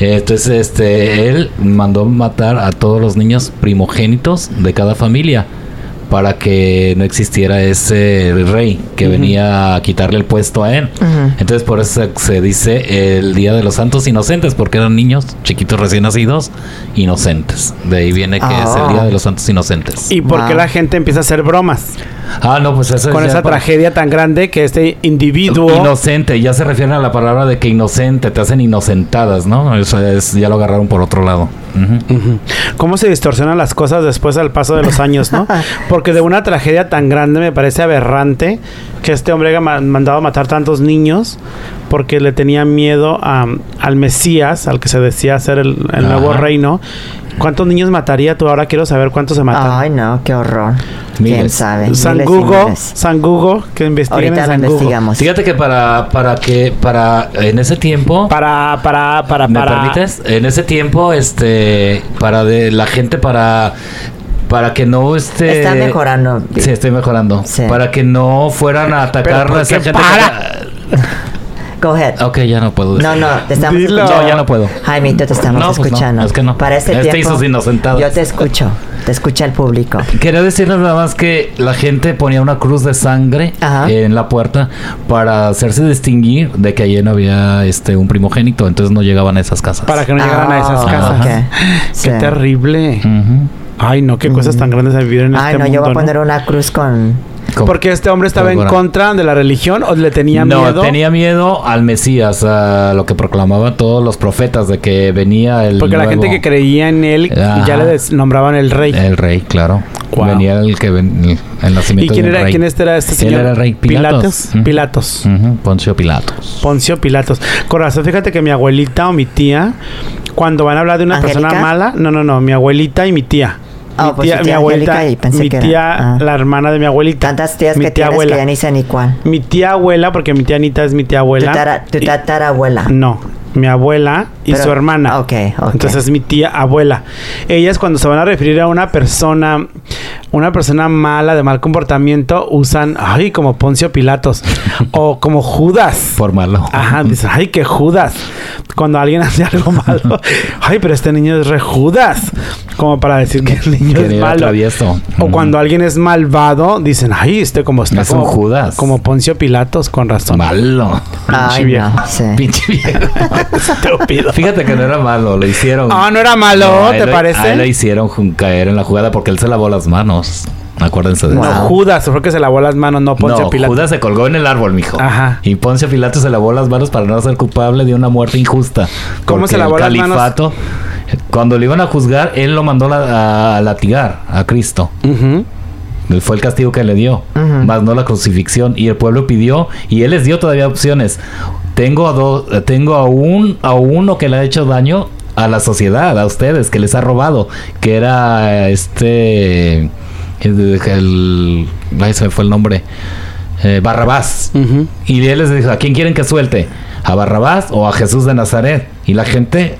Speaker 3: entonces este él mandó matar a todos los niños primogénitos de cada familia para que no existiera ese rey que venía a quitarle el puesto a él.
Speaker 1: Ujú.
Speaker 3: Entonces por eso se- se dice el Día de los Santos Inocentes, porque eran niños chiquitos recién nacidos, inocentes. De ahí viene que es el Día de los Santos Inocentes.
Speaker 2: ¿Y por qué
Speaker 1: Wow.
Speaker 2: la gente empieza a hacer bromas?
Speaker 3: ah, no, pues eso es
Speaker 2: Con
Speaker 3: ya
Speaker 2: esa
Speaker 3: para-
Speaker 2: tragedia tan grande que este individuo...
Speaker 3: Inocente, ya se refieren a la palabra de que inocente, te hacen inocentadas, ¿no? Eso es, ya lo agarraron por otro lado. Ujú.
Speaker 2: Ujú. ¿Cómo se distorsionan las cosas después al paso de los años, no? Porque de una tragedia tan grande me parece aberrante que este hombre haya ma- mandado a matar tantos niños porque le tenía miedo a- al Mesías, al que se decía ser el, el nuevo
Speaker 3: Ajá.
Speaker 2: reino. ¿Cuántos niños mataría tú? Ahora quiero saber cuántos se matan.
Speaker 1: Ay, no, qué horror. ¿Quién
Speaker 3: Miles.
Speaker 1: sabe?
Speaker 2: San
Speaker 1: Ah, Miles y
Speaker 2: Gugo,
Speaker 1: miles.
Speaker 2: San Gugo, que investiguen en
Speaker 1: Ahorita lo
Speaker 2: San Gugo.
Speaker 1: investigamos.
Speaker 3: Fíjate que para, para que, para, en ese tiempo...
Speaker 2: Para, para, para,
Speaker 3: ¿Me
Speaker 2: para.
Speaker 3: permites? En ese tiempo, este, para de la gente para para que no esté
Speaker 1: Está mejorando.
Speaker 3: Sí, estoy mejorando.
Speaker 1: Sí.
Speaker 3: Para que no fueran a atacar
Speaker 2: ¿por
Speaker 3: a esa
Speaker 2: qué
Speaker 3: gente.
Speaker 2: para?
Speaker 1: Go ahead.
Speaker 3: Ah, Ok, ya no puedo. decir.
Speaker 1: No, no, te estamos
Speaker 2: Dilo.
Speaker 1: escuchando.
Speaker 3: No, ya no puedo.
Speaker 1: Jaimito, te estamos
Speaker 3: No, pues no,
Speaker 1: escuchando.
Speaker 3: es que no.
Speaker 1: Para este
Speaker 3: Este
Speaker 1: tiempo.
Speaker 3: hizo sus inocentadas.
Speaker 1: Yo te escucho. Te escucha el público.
Speaker 3: Quería decirles nada más que la gente ponía una cruz de sangre
Speaker 1: Ajá.
Speaker 3: en la puerta para hacerse distinguir de que ayer no había este un primogénito, entonces no llegaban a esas casas.
Speaker 2: Para que no llegaran a esas
Speaker 1: Ah,
Speaker 2: casas.
Speaker 1: ok. Sí. Mm.
Speaker 2: Qué terrible.
Speaker 3: Ujú.
Speaker 2: Ay, no, qué cosas tan grandes a vivir en
Speaker 1: Ay,
Speaker 2: este
Speaker 1: no,
Speaker 2: mundo.
Speaker 1: yo voy a poner
Speaker 2: ¿no?
Speaker 1: una cruz con.
Speaker 3: Con-
Speaker 2: Porque este hombre estaba en
Speaker 3: Ahora.
Speaker 2: contra de la religión o le tenía
Speaker 3: no,
Speaker 2: miedo.
Speaker 3: tenía miedo al Mesías, a lo que proclamaban todos los profetas de que venía el
Speaker 2: Porque la
Speaker 3: nuevo-
Speaker 2: gente que creía en él
Speaker 3: Ajá.
Speaker 2: ya le des- nombraban el rey.
Speaker 3: Ah. el rey, claro.
Speaker 2: Wow.
Speaker 3: Venía el que ven, el, el
Speaker 2: ¿Y
Speaker 3: nacimiento
Speaker 2: quién
Speaker 3: del
Speaker 2: era,
Speaker 3: rey.
Speaker 2: quién este era este
Speaker 3: Él
Speaker 2: señor?
Speaker 3: era el rey, Pilatos.
Speaker 2: Pilatos.
Speaker 3: Ujú.
Speaker 2: Pilatos.
Speaker 3: Ujú, Poncio Pilatos.
Speaker 2: Poncio Pilatos. Corazón, fíjate que mi abuelita o mi tía, cuando van a hablar de una persona
Speaker 1: ¿Angélica?
Speaker 2: mala, no, no, no, mi abuelita y mi tía.
Speaker 1: Ah,
Speaker 2: mi
Speaker 1: pues
Speaker 2: tía,
Speaker 1: tu
Speaker 2: mi
Speaker 1: tía
Speaker 2: abuelita,
Speaker 1: Angélica y pensé
Speaker 2: mi
Speaker 1: que era.
Speaker 2: tía,
Speaker 1: Ah.
Speaker 2: la hermana de mi abuelita.
Speaker 1: Tantas tías
Speaker 2: mi
Speaker 1: que
Speaker 2: tía
Speaker 1: tienes
Speaker 2: abuela.
Speaker 1: que ya ni sé ni cuál.
Speaker 2: Mi tía abuela, porque mi tía Anita es mi tía abuela.
Speaker 1: Tu, tara- tu
Speaker 2: y- Mm,
Speaker 1: tatarabuela.
Speaker 2: No, mi abuela y
Speaker 1: Pero-
Speaker 2: su hermana.
Speaker 1: ah, ok, ok.
Speaker 2: Entonces mi tía abuela. Ellas cuando se van a referir a una persona, una persona mala, de mal comportamiento, usan, ay, como Poncio Pilatos o como Judas.
Speaker 3: Por malo.
Speaker 2: Ajá, dicen, ay, que Judas. Cuando alguien hace algo malo, ay, pero este niño es re Judas. Como para decir que el niño
Speaker 3: Que
Speaker 2: es
Speaker 3: era
Speaker 2: malo.
Speaker 3: travieso.
Speaker 2: O
Speaker 3: Ujú.
Speaker 2: cuando alguien es malvado, dicen, ay, este como está.
Speaker 3: Es un
Speaker 2: como,
Speaker 3: Judas.
Speaker 2: Como Poncio Pilatos, con razón.
Speaker 3: Malo.
Speaker 1: Ay,
Speaker 2: pinche
Speaker 1: no.
Speaker 2: vieja.
Speaker 1: Sí.
Speaker 3: Pinche viejo.
Speaker 2: Estúpido.
Speaker 3: Fíjate que no era malo, lo hicieron.
Speaker 2: Ah, ¿no era malo?
Speaker 3: No, a él
Speaker 2: ¿Te
Speaker 3: lo-
Speaker 2: parece?
Speaker 3: a él lo hicieron jun- caer en la jugada porque él se lavó las manos. Acuérdense de
Speaker 1: No,
Speaker 3: eso.
Speaker 2: No, Judas, fue que se lavó las manos, no Poncio
Speaker 3: no,
Speaker 2: Pilatos.
Speaker 3: Judas se colgó en el árbol, mijo.
Speaker 2: Ajá.
Speaker 3: Y Poncio Pilatos se lavó las manos para no ser culpable de una muerte injusta.
Speaker 2: ¿Cómo
Speaker 3: Porque
Speaker 2: se lavó
Speaker 3: el
Speaker 2: las manos?
Speaker 3: califato, Cuando lo iban a juzgar, él lo mandó la- a, latigar a Cristo.
Speaker 2: Ujú.
Speaker 3: Fue el castigo que le dio, más no la crucifixión. Y el pueblo pidió, y él les dio todavía opciones. Tengo a, dos, tengo a, un, a uno que le ha hecho daño a la sociedad, a ustedes, que les ha robado, que era este. El, el- ay, se me fue el nombre. Eh, Barrabás.
Speaker 2: Ujú.
Speaker 3: Y él les dijo, ¿a quién quieren que suelte? ¿A Barrabás o a Jesús de Nazaret? Y la gente,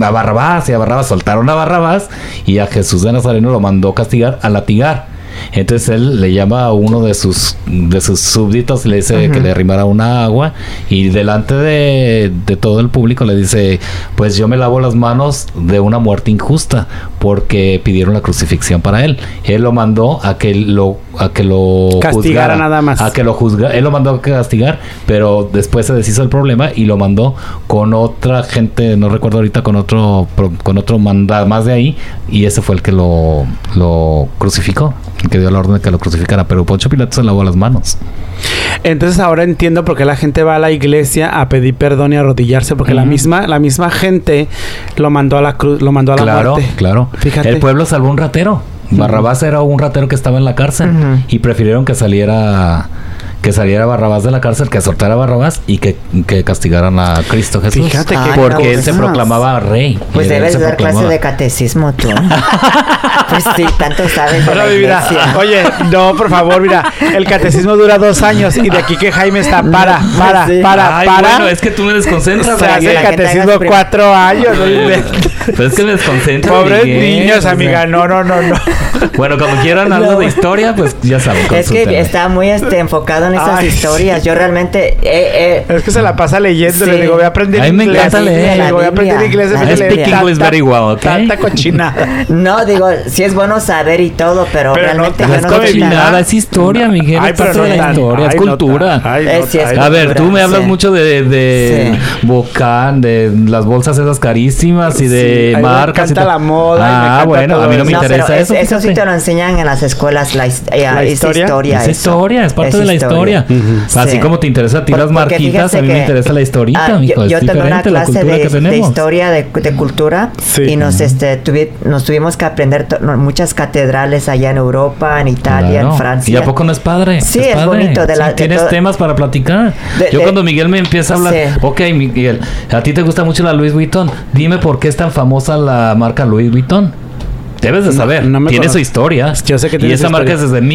Speaker 3: a Barrabás y a Barrabás, soltaron a Barrabás y a Jesús de Nazareno lo mandó castigar a latigar. Entonces él le llama a uno de sus de sus súbditos y le dice que le arrimara una agua y delante de, de todo el público le dice, pues yo me lavo las manos de una muerte injusta porque pidieron la crucifixión para él. Él lo mandó a que lo a que lo
Speaker 2: Castigara nada más.
Speaker 3: a que lo juzga, él lo mandó a castigar, pero después se deshizo el problema y lo mandó con otra gente, no recuerdo ahorita con otro pro- con otro manda más de ahí y ese fue el que lo lo crucificó, el que dio la orden de que lo crucificara, pero Poncho Pilato se lavó las manos.
Speaker 2: Entonces ahora entiendo por qué la gente va a la iglesia a pedir perdón y a arrodillarse, porque la
Speaker 3: Ujú.
Speaker 2: misma, la misma gente lo mandó a la cruz, lo mandó a la
Speaker 3: claro,
Speaker 2: muerte.
Speaker 3: claro.
Speaker 2: Fíjate.
Speaker 3: El pueblo salvó un ratero. Barrabás era un ratero que estaba en la cárcel
Speaker 1: Ujú.
Speaker 3: y prefirieron que saliera que saliera Barrabás de la cárcel, que soltara a Barrabás y que, que castigaran a Cristo Jesús.
Speaker 2: Fíjate
Speaker 1: que-
Speaker 3: porque él
Speaker 1: cosas.
Speaker 3: se proclamaba rey.
Speaker 1: Pues
Speaker 3: Él
Speaker 1: debes
Speaker 3: se
Speaker 1: dar clase
Speaker 3: proclamaba.
Speaker 1: de catecismo tú. pues sí, tanto sabes de
Speaker 2: Ahora,
Speaker 1: la
Speaker 2: mi vida,
Speaker 1: iglesia.
Speaker 2: oye, no, por favor, mira, el catecismo dura dos años y de aquí que Jaime está para, para,
Speaker 1: pues Sí.
Speaker 2: para,
Speaker 3: Ay,
Speaker 2: para.
Speaker 3: bueno, es que tú me desconcentras.
Speaker 2: se hace
Speaker 1: que
Speaker 2: el
Speaker 1: la gente
Speaker 2: catecismo
Speaker 1: haga prim-
Speaker 2: cuatro años. oye.
Speaker 3: Pero Pues es que me desconcentra.
Speaker 2: Pobres
Speaker 3: Miguel, o
Speaker 2: niños,
Speaker 3: sea.
Speaker 2: amiga, no, no, no, no.
Speaker 3: Bueno, como quieran algo de historia, pues ya saben.
Speaker 1: Es que
Speaker 3: consúltenme.
Speaker 1: está muy este, enfocado en esas
Speaker 2: Ay, sí.
Speaker 1: historias. Yo realmente... eh, eh,
Speaker 2: Es que se la pasa leyendo, le
Speaker 1: Sí.
Speaker 2: digo, voy a aprender
Speaker 3: A mí me
Speaker 2: inglés.
Speaker 3: encanta leer.
Speaker 2: Le digo, voy a aprender
Speaker 1: La
Speaker 2: inglés.
Speaker 1: Biblia.
Speaker 2: en vez de
Speaker 1: I
Speaker 2: leer
Speaker 1: speak
Speaker 3: English very well, ¿ok?
Speaker 2: Tanta cochina.
Speaker 1: no, digo, sí es bueno saber y todo, pero,
Speaker 2: Pero no
Speaker 1: realmente
Speaker 2: tan
Speaker 1: yo no
Speaker 3: No es
Speaker 1: soy tan-
Speaker 2: combinada.
Speaker 3: cochinada, es historia, Miguel. es parte de la
Speaker 2: tan-
Speaker 3: historia, es
Speaker 2: ay, no
Speaker 3: cultura.
Speaker 2: tan- ay, no
Speaker 1: Eh, sí,
Speaker 2: tan-
Speaker 1: es
Speaker 3: a ver, tú me
Speaker 1: cultura,
Speaker 3: hablas
Speaker 1: sí.
Speaker 3: mucho de, de Bocán, de las bolsas esas carísimas
Speaker 2: Sí,
Speaker 3: y de
Speaker 2: a mí me
Speaker 3: marcas. y
Speaker 2: encanta
Speaker 3: tal.
Speaker 2: la moda y me
Speaker 3: Ah,
Speaker 2: encanta
Speaker 3: bueno, a
Speaker 2: todo
Speaker 3: mí no me
Speaker 2: eso.
Speaker 1: No, pero
Speaker 3: interesa
Speaker 1: es-
Speaker 3: eso.
Speaker 1: eso sí
Speaker 3: fíjate.
Speaker 1: te lo enseñan en las escuelas, la, his- eh,
Speaker 2: ¿La
Speaker 1: es
Speaker 2: historia?
Speaker 1: historia.
Speaker 3: Es
Speaker 1: eso.
Speaker 3: historia, es parte
Speaker 1: Es
Speaker 3: de la historia.
Speaker 1: Ujú.
Speaker 3: Así
Speaker 1: Sí.
Speaker 3: como te interesa a ti
Speaker 1: Por-
Speaker 3: las
Speaker 1: porque
Speaker 3: marquitas,
Speaker 1: fíjense
Speaker 3: a mí me
Speaker 1: que-
Speaker 3: interesa la historita,
Speaker 1: Ah, yo,
Speaker 3: mijo, es
Speaker 1: yo tomé una
Speaker 3: diferente la
Speaker 1: clase
Speaker 3: cultura
Speaker 1: de,
Speaker 3: que
Speaker 1: de
Speaker 3: tenemos.
Speaker 1: historia, de, de cultura,
Speaker 2: Sí.
Speaker 1: y nos, este, tuvi- nos tuvimos que aprender to- no, muchas catedrales allá en Europa, en Italia,
Speaker 3: Claro.
Speaker 1: en Francia.
Speaker 3: ¿Y a poco no es padre?
Speaker 1: Sí, es
Speaker 3: padre.
Speaker 1: bonito, de la- de
Speaker 3: tienes
Speaker 1: todo-
Speaker 3: temas para platicar.
Speaker 1: De-
Speaker 3: Yo
Speaker 1: de-
Speaker 3: cuando Miguel me empieza a hablar,
Speaker 1: Sí.
Speaker 3: ok, Miguel, a ti te gusta mucho la Louis Vuitton. Dime por qué es tan famosa la marca Louis Vuitton. Debes de
Speaker 2: No,
Speaker 3: saber,
Speaker 2: no me
Speaker 3: tiene
Speaker 2: conozco.
Speaker 3: su historia.
Speaker 2: Yo sé que
Speaker 3: y
Speaker 2: tiene su
Speaker 3: esa marca es
Speaker 2: historia.
Speaker 3: desde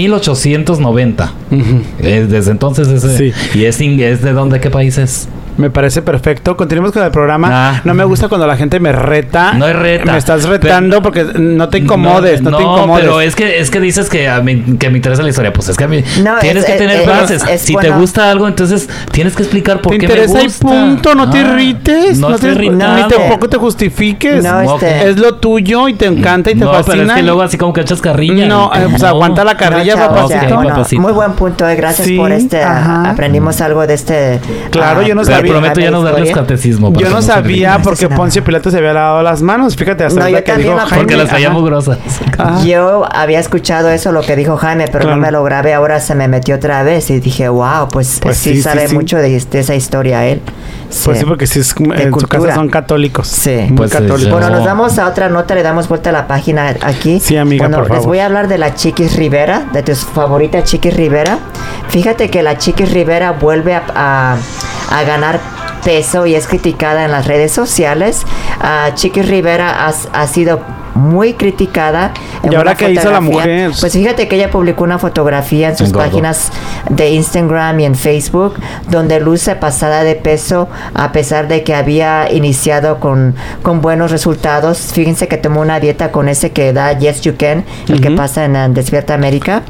Speaker 3: 1890.
Speaker 2: Ujú.
Speaker 3: Eh, desde entonces es, eh, y es, ing- es de dónde, qué país es.
Speaker 2: Me parece perfecto. Continuemos con el programa.
Speaker 3: Nah.
Speaker 2: No me gusta cuando la gente me reta.
Speaker 3: Ah. No es reta.
Speaker 2: Me estás retando porque no te incomodes, no, te incomodes.
Speaker 3: pero es que, es que dices que, a mí- que me interesa la historia. Pues es que a mí
Speaker 1: No,
Speaker 3: tienes
Speaker 1: es-
Speaker 3: que
Speaker 1: es-
Speaker 3: tener
Speaker 1: es-
Speaker 3: frases.
Speaker 1: es
Speaker 3: si te
Speaker 1: bueno.
Speaker 3: gusta algo, entonces tienes que explicar por
Speaker 2: te
Speaker 3: qué me
Speaker 2: interesa
Speaker 3: gusta.
Speaker 2: y punto, no te
Speaker 3: Ah,
Speaker 2: irrites,
Speaker 3: No,
Speaker 2: no, te-
Speaker 3: estoy irritado.
Speaker 2: ni tampoco te justifiques.
Speaker 1: No,
Speaker 3: No,
Speaker 1: este,
Speaker 2: Es lo tuyo y te encanta y te
Speaker 3: No,
Speaker 2: fascina.
Speaker 3: pero es que luego así como que echas carrilla.
Speaker 2: No, eh, pues aguanta la carrilla,
Speaker 1: No, chavos,
Speaker 2: papacito.
Speaker 1: ya,
Speaker 3: Ok,
Speaker 1: no.
Speaker 3: papacito.
Speaker 1: Muy buen punto, eh, gracias
Speaker 2: Sí,
Speaker 1: por este.
Speaker 2: ajá.
Speaker 1: Aprendimos algo de este.
Speaker 2: Claro, yo no
Speaker 1: de
Speaker 3: Pero
Speaker 2: sabía.
Speaker 3: prometo ya no darles
Speaker 1: historia.
Speaker 3: catecismo. para
Speaker 2: Yo
Speaker 3: que
Speaker 2: no
Speaker 3: se
Speaker 2: sabía pues,
Speaker 3: rían.
Speaker 1: por-
Speaker 2: porque
Speaker 1: Nada.
Speaker 2: Poncio Pilatos se había lavado las manos. Fíjate, hasta
Speaker 1: No,
Speaker 2: ahorita
Speaker 1: yo
Speaker 2: que
Speaker 1: también
Speaker 2: dijo
Speaker 1: lo aprendí.
Speaker 3: Porque
Speaker 2: Jaime,
Speaker 3: las traía
Speaker 2: ajá.
Speaker 3: mugrosas.
Speaker 2: Ajá.
Speaker 1: Yo había escuchado eso, lo que dijo Jaime, pero
Speaker 2: Ah. Claro.
Speaker 1: no me lo grabé. Ahora se me metió otra vez y dije, wow, pues,
Speaker 2: Pues
Speaker 1: sí,
Speaker 2: sí, sí,
Speaker 1: sabe
Speaker 2: sí.
Speaker 1: mucho de, de esa historia él.
Speaker 2: Pues sí, porque sí es- en su
Speaker 1: cultura.
Speaker 2: casa son católicos.
Speaker 1: Sí.
Speaker 2: Muy
Speaker 3: Pues, eh,
Speaker 2: católicos.
Speaker 1: Bueno,
Speaker 3: No.
Speaker 1: nos vamos a otra nota, le damos vuelta a la página aquí.
Speaker 2: Sí, amiga,
Speaker 1: Bueno,
Speaker 2: por
Speaker 1: Les
Speaker 2: favor.
Speaker 1: voy a hablar de la Chiquis Rivera, de tu favorita Chiquis Rivera. Fíjate que la Chiquis Rivera vuelve a, a- a ganar peso y es criticada en las redes sociales. Ah, Chiquis Rivera has- ha, sido muy criticada. en
Speaker 2: ¿Y ahora
Speaker 1: una
Speaker 2: qué hizo la
Speaker 1: fotografía.
Speaker 2: mujer?
Speaker 1: Pues fíjate que ella publicó una fotografía en sus
Speaker 3: Engordó.
Speaker 1: páginas de Instagram y en Facebook donde luce pasada de peso a pesar de que había iniciado con, con buenos resultados. Fíjense que tomó una dieta con ese que da Yes You Can, el que
Speaker 2: Ujú.
Speaker 1: pasa en, eh, Despierta América.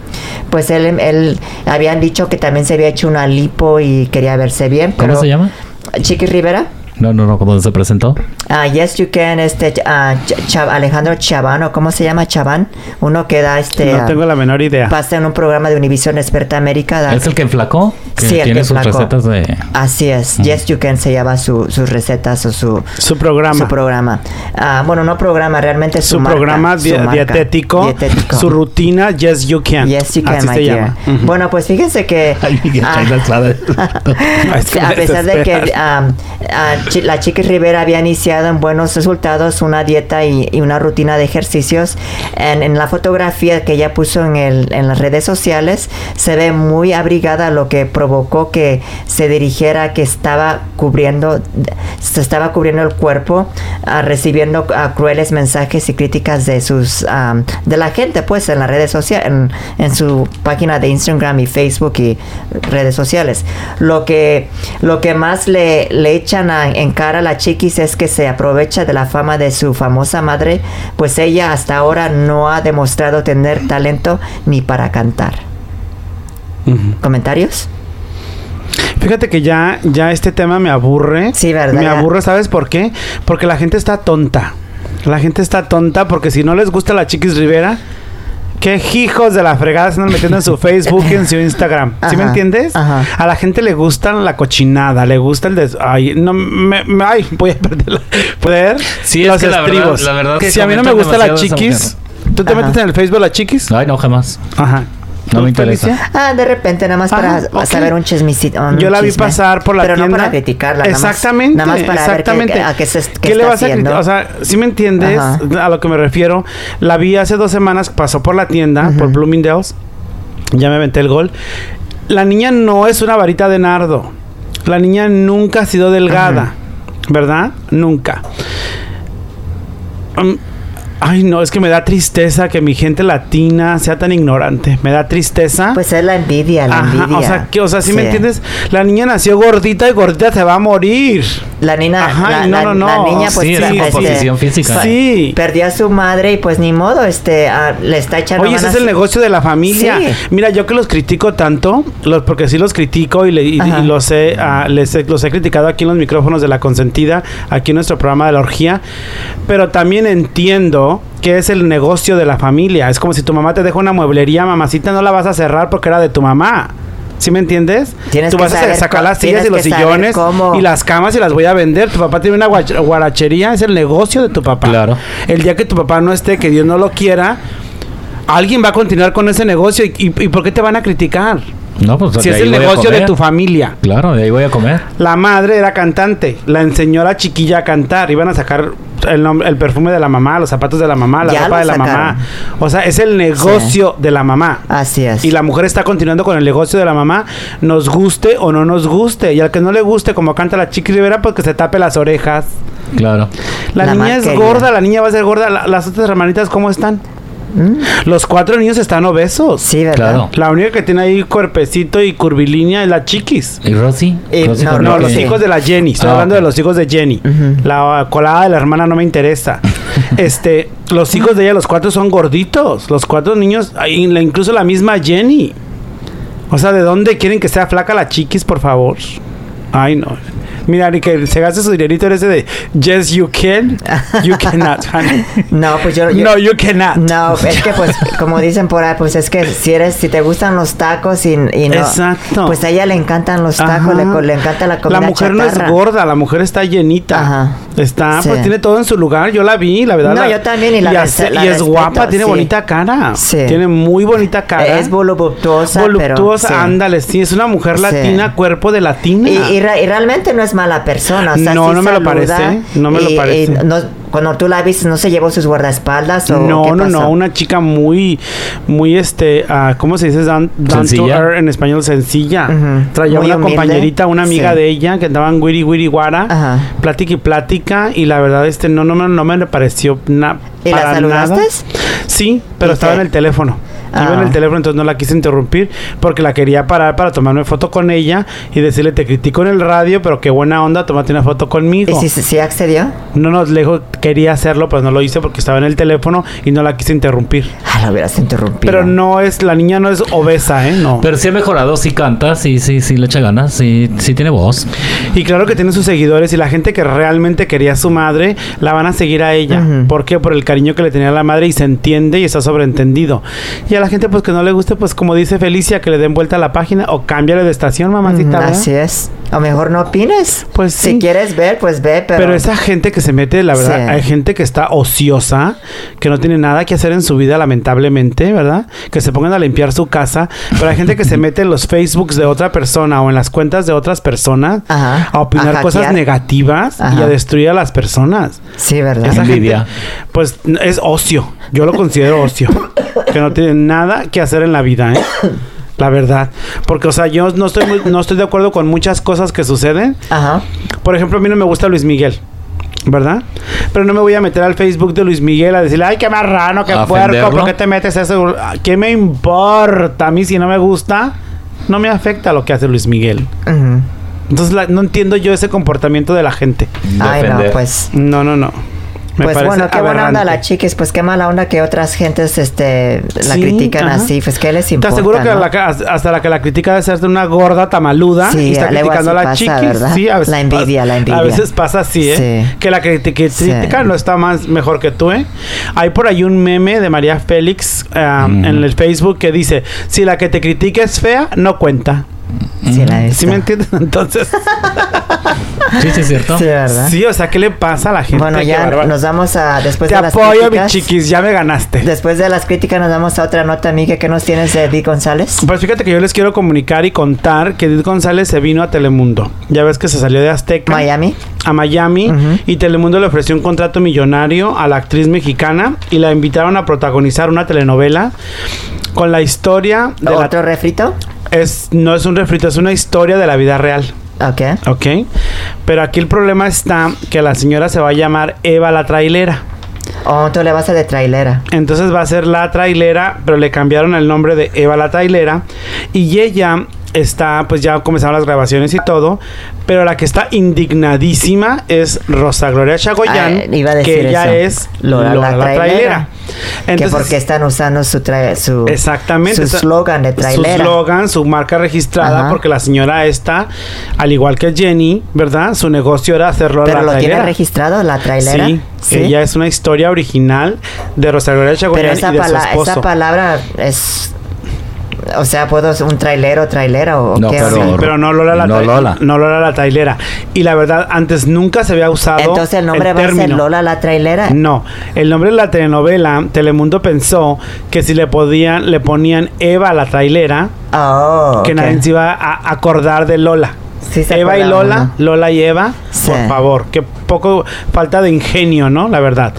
Speaker 1: Pues él, él habían dicho que también se había hecho una lipo y quería verse bien.
Speaker 3: ¿Cómo
Speaker 1: pero-
Speaker 3: se llama?
Speaker 1: Chiqui Rivera.
Speaker 3: No, no, no, ¿dónde se presentó?
Speaker 1: Ah, yes, you can, este, ah, Ch- Chav- Alejandro Chaván, o ¿cómo se llama Chaván? Uno que da este...
Speaker 2: No
Speaker 1: ah,
Speaker 2: tengo la menor idea.
Speaker 1: Pasa en un programa de Univisión Experta América. da-
Speaker 3: ¿Es el que enflacó? Que
Speaker 1: Sí, el
Speaker 3: tiene
Speaker 1: que
Speaker 3: sus
Speaker 1: enflacó.
Speaker 3: recetas de...
Speaker 1: Así es,
Speaker 2: Mm.
Speaker 1: Yes You Can se llama su- sus recetas o su,
Speaker 2: Su programa.
Speaker 1: su programa. Ah, bueno, no programa, realmente es su,
Speaker 2: su
Speaker 1: marca,
Speaker 2: programa
Speaker 1: su
Speaker 2: di-
Speaker 1: marca.
Speaker 2: dietético,
Speaker 1: Dietético.
Speaker 2: su rutina Yes You Can.
Speaker 1: Yes You Can,
Speaker 2: Así
Speaker 1: my
Speaker 2: se
Speaker 1: dear.
Speaker 2: llama.
Speaker 1: Bueno, pues fíjense que...
Speaker 3: Ay, Miguel,
Speaker 1: ah,
Speaker 3: trae la espada.
Speaker 2: Es que
Speaker 1: a
Speaker 2: me
Speaker 1: pesar de que
Speaker 2: desesperas.
Speaker 1: am, a Chi- la Chiqui Rivera había iniciado en buenos resultados una dieta y, y una rutina de ejercicios, en, en la fotografía que ella puso en, el- en las redes sociales se ve muy abrigada, lo que provocó provocó que se dirigiera, que estaba cubriendo, se estaba cubriendo el cuerpo, ah, recibiendo ah, crueles mensajes y críticas de sus, am, de la gente, pues, en las redes sociales, en, en su página de Instagram y Facebook y redes sociales. Lo que, lo que más le, le echan a- en cara a la chiquis es que se aprovecha de la fama de su famosa madre, pues ella hasta ahora no ha demostrado tener talento ni para cantar. ¿Comentarios?
Speaker 2: Fíjate que ya, ya este tema me aburre.
Speaker 1: Sí, ¿verdad?
Speaker 2: Me
Speaker 1: Ya.
Speaker 2: aburre, ¿sabes por qué? Porque la gente está tonta. La gente está tonta porque si no les gusta la Chiquis Rivera, qué hijos de la fregada se andan metiendo en su Facebook y en su Instagram. ¿Sí me
Speaker 1: Ajá,
Speaker 2: entiendes?
Speaker 1: ajá.
Speaker 2: A la gente le gusta la cochinada, le gusta el des... Ay, no, me, me- ay, voy a perder la- poder
Speaker 3: Sí, es
Speaker 2: los
Speaker 3: que la verdad-
Speaker 2: estribos.
Speaker 3: la verdad que
Speaker 2: si a mí no me
Speaker 3: comentan
Speaker 2: gusta la
Speaker 3: demasiado esa
Speaker 2: Chiquis, ¿tú te
Speaker 1: Ajá.
Speaker 2: metes en el Facebook la Chiquis?
Speaker 3: Ay, no, jamás.
Speaker 2: Ajá.
Speaker 3: No me
Speaker 2: ¿Tú,
Speaker 3: interesa.
Speaker 2: Felicia?
Speaker 1: Ah, de repente, nada más
Speaker 2: Ajá,
Speaker 1: para
Speaker 2: ok.
Speaker 1: saber un chismicito. un
Speaker 2: Yo la vi
Speaker 1: Ah, chisme.
Speaker 2: pasar por la
Speaker 1: Pero
Speaker 2: tienda.
Speaker 1: no para criticarla. nada más-
Speaker 2: Exactamente.
Speaker 1: Nada más, para ver
Speaker 2: exactamente.
Speaker 1: qué- a qué, se est- qué
Speaker 2: ¿Qué le
Speaker 1: está
Speaker 2: vas a
Speaker 1: haciendo.
Speaker 2: criticar? O sea, si me entiendes
Speaker 1: Ajá.
Speaker 2: a lo que me refiero. La vi hace dos semanas, pasó por la tienda, por Bloomingdale's. Ya me aventé el gol. La niña no es una varita de nardo. La niña nunca ha sido delgada. ¿Verdad? Nunca. Um, ay, no, es que me da tristeza que mi gente latina sea tan ignorante. Me da tristeza.
Speaker 1: pues es la envidia, la
Speaker 2: Ajá,
Speaker 1: envidia.
Speaker 2: o sea, que, o sea, si me entiendes, la niña nació gordita y gordita se va a morir.
Speaker 1: La niña,
Speaker 2: Ajá,
Speaker 1: la,
Speaker 2: no,
Speaker 1: la-
Speaker 2: no, no.
Speaker 1: la niña pues
Speaker 3: Sí, es
Speaker 1: la-
Speaker 3: su
Speaker 1: este,
Speaker 3: composición física.
Speaker 2: Sí.
Speaker 1: perdió a su madre y pues ni modo, este, ah, le está echando
Speaker 2: Oye, ese
Speaker 1: ganas.
Speaker 2: es el negocio de la familia.
Speaker 1: Sí.
Speaker 2: Mira, yo que los critico tanto, los, porque sí los critico y, le- y-
Speaker 1: Ajá.
Speaker 2: y los, he, ah, les he- los he criticado aquí en los micrófonos de La Consentida, aquí en nuestro programa de la orgía, pero también entiendo que es el negocio de la familia. Es como si tu mamá te deja una mueblería, mamacita, no la vas a cerrar porque era de tu mamá. ¿Sí me entiendes?
Speaker 1: Tienes
Speaker 2: Tú
Speaker 1: que
Speaker 2: vas a
Speaker 1: saber
Speaker 2: sacar
Speaker 1: cómo-
Speaker 2: las sillas y
Speaker 1: tienes
Speaker 2: los
Speaker 1: que saber
Speaker 2: sillones
Speaker 1: cómo.
Speaker 2: y las camas y las voy a vender. Tu papá tiene una guach- guarachería, es el negocio de tu papá.
Speaker 3: Claro.
Speaker 2: El día que tu papá no esté, que Dios no lo quiera, alguien va a continuar con ese negocio. ¿Y, y- y por qué te van a criticar?
Speaker 3: No, pues
Speaker 2: si
Speaker 3: de
Speaker 2: es
Speaker 3: ahí
Speaker 2: el
Speaker 3: voy a
Speaker 2: negocio de
Speaker 3: comer.
Speaker 2: tu familia.
Speaker 3: Claro, de ahí voy a comer.
Speaker 2: La madre era cantante, la enseñó a la chiquilla a cantar, iban a sacar el, nom- el perfume de la mamá, los zapatos de la mamá, la
Speaker 1: Ya
Speaker 2: ropa
Speaker 1: lo
Speaker 2: de la
Speaker 1: sacaron.
Speaker 2: mamá. O sea, es el negocio de la mamá.
Speaker 1: Así es.
Speaker 2: Y la mujer está continuando con el negocio de la mamá, nos guste o no nos guste. Y al que no le guste, como canta la Chiqui Rivera, pues que se tape las orejas.
Speaker 3: Claro.
Speaker 2: La,
Speaker 1: La
Speaker 2: niña es
Speaker 1: marquería.
Speaker 2: gorda, la niña va a ser gorda. La- las otras hermanitas, ¿cómo están? Los cuatro niños están obesos.
Speaker 1: Sí, ¿verdad?
Speaker 3: Claro.
Speaker 2: La única que tiene ahí cuerpecito y curvilínea es la Chiquis.
Speaker 3: ¿Y Rosy?
Speaker 1: Eh,
Speaker 3: Rosy
Speaker 1: no,
Speaker 3: con
Speaker 2: No,
Speaker 3: lo
Speaker 2: los
Speaker 3: que-
Speaker 1: sí.
Speaker 2: hijos de la Jenny. Estoy
Speaker 3: Ah,
Speaker 2: hablando
Speaker 3: ok.
Speaker 2: de los hijos de Jenny. La colada de la hermana no me interesa. este, los hijos de ella, los cuatro son gorditos. Los cuatro niños, ay, la- incluso la misma Jenny. O sea, ¿de dónde quieren que sea flaca la chiquis, por favor? Ay, no. Mira, ni que se gaste su dinerito en ese de Yes, you can. You cannot, honey.
Speaker 1: No, pues yo, yo-
Speaker 2: No, you cannot.
Speaker 1: No, es que pues, como dicen por ahí, pues es que si eres, si te gustan los tacos y, y no.
Speaker 2: Exacto.
Speaker 1: Pues a ella le encantan los tacos,
Speaker 2: Ajá.
Speaker 1: le, co- le encanta la comida
Speaker 2: La mujer no
Speaker 1: chatarra.
Speaker 2: es gorda, la mujer está llenita.
Speaker 1: Ajá.
Speaker 2: Está, pues
Speaker 1: Sí.
Speaker 2: tiene todo en su lugar. Yo la vi, la verdad.
Speaker 1: No,
Speaker 2: la-
Speaker 1: yo también, y la
Speaker 2: hace-
Speaker 1: res- la
Speaker 2: y es
Speaker 1: respeto,
Speaker 2: guapa, tiene
Speaker 1: sí.
Speaker 2: bonita cara.
Speaker 1: Sí.
Speaker 2: Tiene muy bonita cara.
Speaker 1: Eh, Es voluptuosa, pero-
Speaker 2: voluptuosa.
Speaker 1: sí.
Speaker 2: Ándale, sí, es una mujer
Speaker 1: Sí.
Speaker 2: latina, cuerpo de latina.
Speaker 1: Y, y re- y realmente no es mala persona. o sea,
Speaker 2: No,
Speaker 1: sí
Speaker 2: no me lo
Speaker 1: saluda,
Speaker 2: parece, no me lo
Speaker 1: y- y
Speaker 2: parece.
Speaker 1: no- cuando tú la viste, ¿no se llevó sus guardaespaldas o
Speaker 2: no,
Speaker 1: qué
Speaker 2: no,
Speaker 1: pasó?
Speaker 2: no, una chica muy, muy este, ah, ¿cómo se dice? Down, down to
Speaker 3: Sencilla.
Speaker 2: earth en español, sencilla.
Speaker 1: Ujú.
Speaker 2: Traía
Speaker 1: Muy
Speaker 2: una
Speaker 1: humilde.
Speaker 2: compañerita, una amiga
Speaker 1: Sí.
Speaker 2: de ella que andaban wiri wiri guara,
Speaker 1: Ajá.
Speaker 2: plática y plática, y la verdad, este, no, no, me- no me pareció nada.
Speaker 1: ¿Y la saludaste?
Speaker 2: Sí,
Speaker 1: ¿Y
Speaker 2: pero estaba
Speaker 1: qué?
Speaker 2: en el teléfono. Iba en
Speaker 1: Ah.
Speaker 2: el teléfono, entonces no la quise interrumpir porque la quería parar para tomarme foto con ella y decirle, te critico en el radio, pero qué buena onda, tómate una foto conmigo.
Speaker 1: ¿Y si, si accedió?
Speaker 2: No nos lejos quería hacerlo, pues no lo hice porque estaba en el teléfono y no la quise interrumpir.
Speaker 1: Ah, la hubieras interrumpido.
Speaker 2: Pero no es, la niña no es obesa, ¿eh? No.
Speaker 3: Pero sí ha mejorado, sí canta, sí, sí, sí le echa ganas, sí, sí tiene voz.
Speaker 2: y claro que tiene sus seguidores y la gente que realmente quería a su madre la van a seguir a ella.
Speaker 1: Ujú.
Speaker 2: ¿Por qué? Por el cariño que le tenía a la madre y se entiende y está sobreentendido. Y a la gente, pues que no le guste, pues como dice Felicia, que le den vuelta a la página o cámbiale de estación, mamacita.
Speaker 1: Ujú,
Speaker 2: ¿verdad?
Speaker 1: Mm, Así es. O mejor no opines.
Speaker 2: Pues sí.
Speaker 1: Si quieres ver, pues ve, pero.
Speaker 2: Pero, esa gente que se mete, la verdad,
Speaker 1: Sí.
Speaker 2: hay gente que está ociosa, que no tiene nada que hacer en su vida, lamentablemente, ¿verdad? Que se pongan a limpiar su casa. Pero hay gente que se mete en los Facebooks de otra persona o en las cuentas de otras personas
Speaker 1: Ajá.
Speaker 2: a opinar
Speaker 1: A
Speaker 2: cosas
Speaker 1: hackear.
Speaker 2: negativas y
Speaker 1: Ajá.
Speaker 2: a destruir a las personas.
Speaker 1: Sí, ¿verdad?
Speaker 2: Esa
Speaker 3: Envidia.
Speaker 2: gente, pues n- es ocio. Yo lo considero ocio. que no tiene nada que hacer en la vida, ¿eh? la verdad. Porque, o sea, yo no estoy, muy- no estoy de acuerdo con muchas cosas que suceden.
Speaker 1: Ajá.
Speaker 2: Por ejemplo, a mí no me gusta Luis Miguel. ¿Verdad? Pero no me voy a meter al Facebook de Luis Miguel a decirle, ay, qué marrano, qué
Speaker 3: ¿A
Speaker 2: puerco,
Speaker 3: ofenderlo?
Speaker 2: ¿por qué te metes a eso? ¿Qué me importa? A mí si no me gusta, no me afecta lo que hace Luis Miguel.
Speaker 1: Ujú.
Speaker 2: Entonces la- no entiendo yo ese comportamiento de la gente.
Speaker 1: Ay, no,
Speaker 3: Defender.
Speaker 1: pues.
Speaker 2: No, no, no. Me
Speaker 1: pues
Speaker 2: parece
Speaker 1: bueno, qué buena onda
Speaker 2: aberrante.
Speaker 1: la chiquis, pues qué mala onda que otras gentes este la
Speaker 2: Sí,
Speaker 1: critican
Speaker 2: ajá.
Speaker 1: así, pues qué les importa.
Speaker 2: Te aseguro que
Speaker 1: no?
Speaker 2: la que- hasta la que la critica de ser de una gorda tamaluda
Speaker 1: Sí,
Speaker 2: y está
Speaker 1: luego
Speaker 2: criticando a
Speaker 1: así
Speaker 2: la
Speaker 1: pasa,
Speaker 2: chiquis.
Speaker 1: ¿verdad?
Speaker 2: Sí, a veces
Speaker 1: La envidia,
Speaker 2: pasa-
Speaker 1: la envidia.
Speaker 2: A veces pasa así, ¿eh?
Speaker 1: Sí.
Speaker 2: Que la que te- que
Speaker 1: Sí.
Speaker 2: critica no está más mejor que tú, ¿eh? Hay por ahí un meme de María Félix ah,
Speaker 3: Mm.
Speaker 2: en el Facebook que dice, si la que te critica es fea, no cuenta.
Speaker 1: Sí, la he
Speaker 2: ¿Sí
Speaker 1: visto.
Speaker 2: me entiendes? Entonces,
Speaker 3: Sí, sí, es cierto.
Speaker 1: Sí, ¿verdad?
Speaker 2: sí, o sea, ¿qué le pasa a la gente?
Speaker 1: bueno,
Speaker 2: Qué
Speaker 1: ya
Speaker 2: bárbaro.
Speaker 1: nos vamos a después
Speaker 2: Te
Speaker 1: de las
Speaker 2: apoyo, mi
Speaker 1: críticas.
Speaker 2: chiquis, ya me ganaste.
Speaker 1: Después de las críticas nos vamos a otra nota, amiga, que nos tienes de Di González.
Speaker 2: Pues fíjate que yo les quiero comunicar y contar que Edith González se vino a Telemundo. Ya ves que se salió de Azteca.
Speaker 1: Miami.
Speaker 2: A Miami.
Speaker 1: Ujú.
Speaker 2: Y Telemundo le ofreció un contrato millonario a la actriz mexicana y la invitaron a protagonizar una telenovela con la historia de la...
Speaker 1: ¿Otro refrito?
Speaker 2: Es, no es un refrito, es una historia de la vida real.
Speaker 1: Ok.
Speaker 2: ¿Ok? Pero aquí el problema está que la señora se va a llamar Eva la Trailera.
Speaker 1: O tú le vas a de trailera.
Speaker 2: Entonces va a ser La Trailera, pero le cambiaron el nombre de Eva La Trailera. Y ella está, pues ya comenzaron las grabaciones y todo. Pero la que está indignadísima es Rosa Gloria Chagoyán,
Speaker 1: Ah, iba a decir
Speaker 2: que ella
Speaker 1: eso.
Speaker 2: es
Speaker 1: Lola
Speaker 2: Lola,
Speaker 1: La
Speaker 2: La Trailera.
Speaker 1: Trailera.
Speaker 2: Entonces,
Speaker 1: que porque están usando su tra- su
Speaker 2: Exactamente.
Speaker 1: su
Speaker 2: está-
Speaker 1: slogan de trailera.
Speaker 2: Su slogan, su marca registrada,
Speaker 1: Ajá.
Speaker 2: porque la señora está, al igual que Jenny, ¿verdad? Su negocio era hacerlo
Speaker 1: Pero
Speaker 2: la
Speaker 1: lo tiene
Speaker 2: trailera.
Speaker 1: registrado la trailera.
Speaker 2: Sí, ella es una historia original de Rosa Gloria Chagoyán
Speaker 1: Pero
Speaker 2: y de
Speaker 1: esa,
Speaker 2: su
Speaker 1: pala-
Speaker 2: esposo.
Speaker 1: esa palabra es. O sea, puedo ser un trailero, trailera o
Speaker 3: No,
Speaker 1: qué
Speaker 3: pero-
Speaker 1: onda?
Speaker 2: Sí, pero no Lola la
Speaker 3: No
Speaker 2: trai-
Speaker 3: Lola.
Speaker 2: no Lola la trailera. Y la verdad, antes nunca se había usado.
Speaker 1: Entonces el nombre va a ser
Speaker 2: término.
Speaker 1: Lola la trailera.
Speaker 2: No, el nombre de la telenovela, Telemundo pensó que si le podían, le ponían Eva la trailera,
Speaker 1: Oh,
Speaker 2: que
Speaker 1: ok.
Speaker 2: nadie se iba a acordar de Lola.
Speaker 1: Sí se
Speaker 2: Eva y
Speaker 1: acuerda
Speaker 2: Lola,
Speaker 1: uno.
Speaker 2: Lola y Eva,
Speaker 1: Sí.
Speaker 2: por favor, qué poco falta de ingenio, ¿no? La verdad.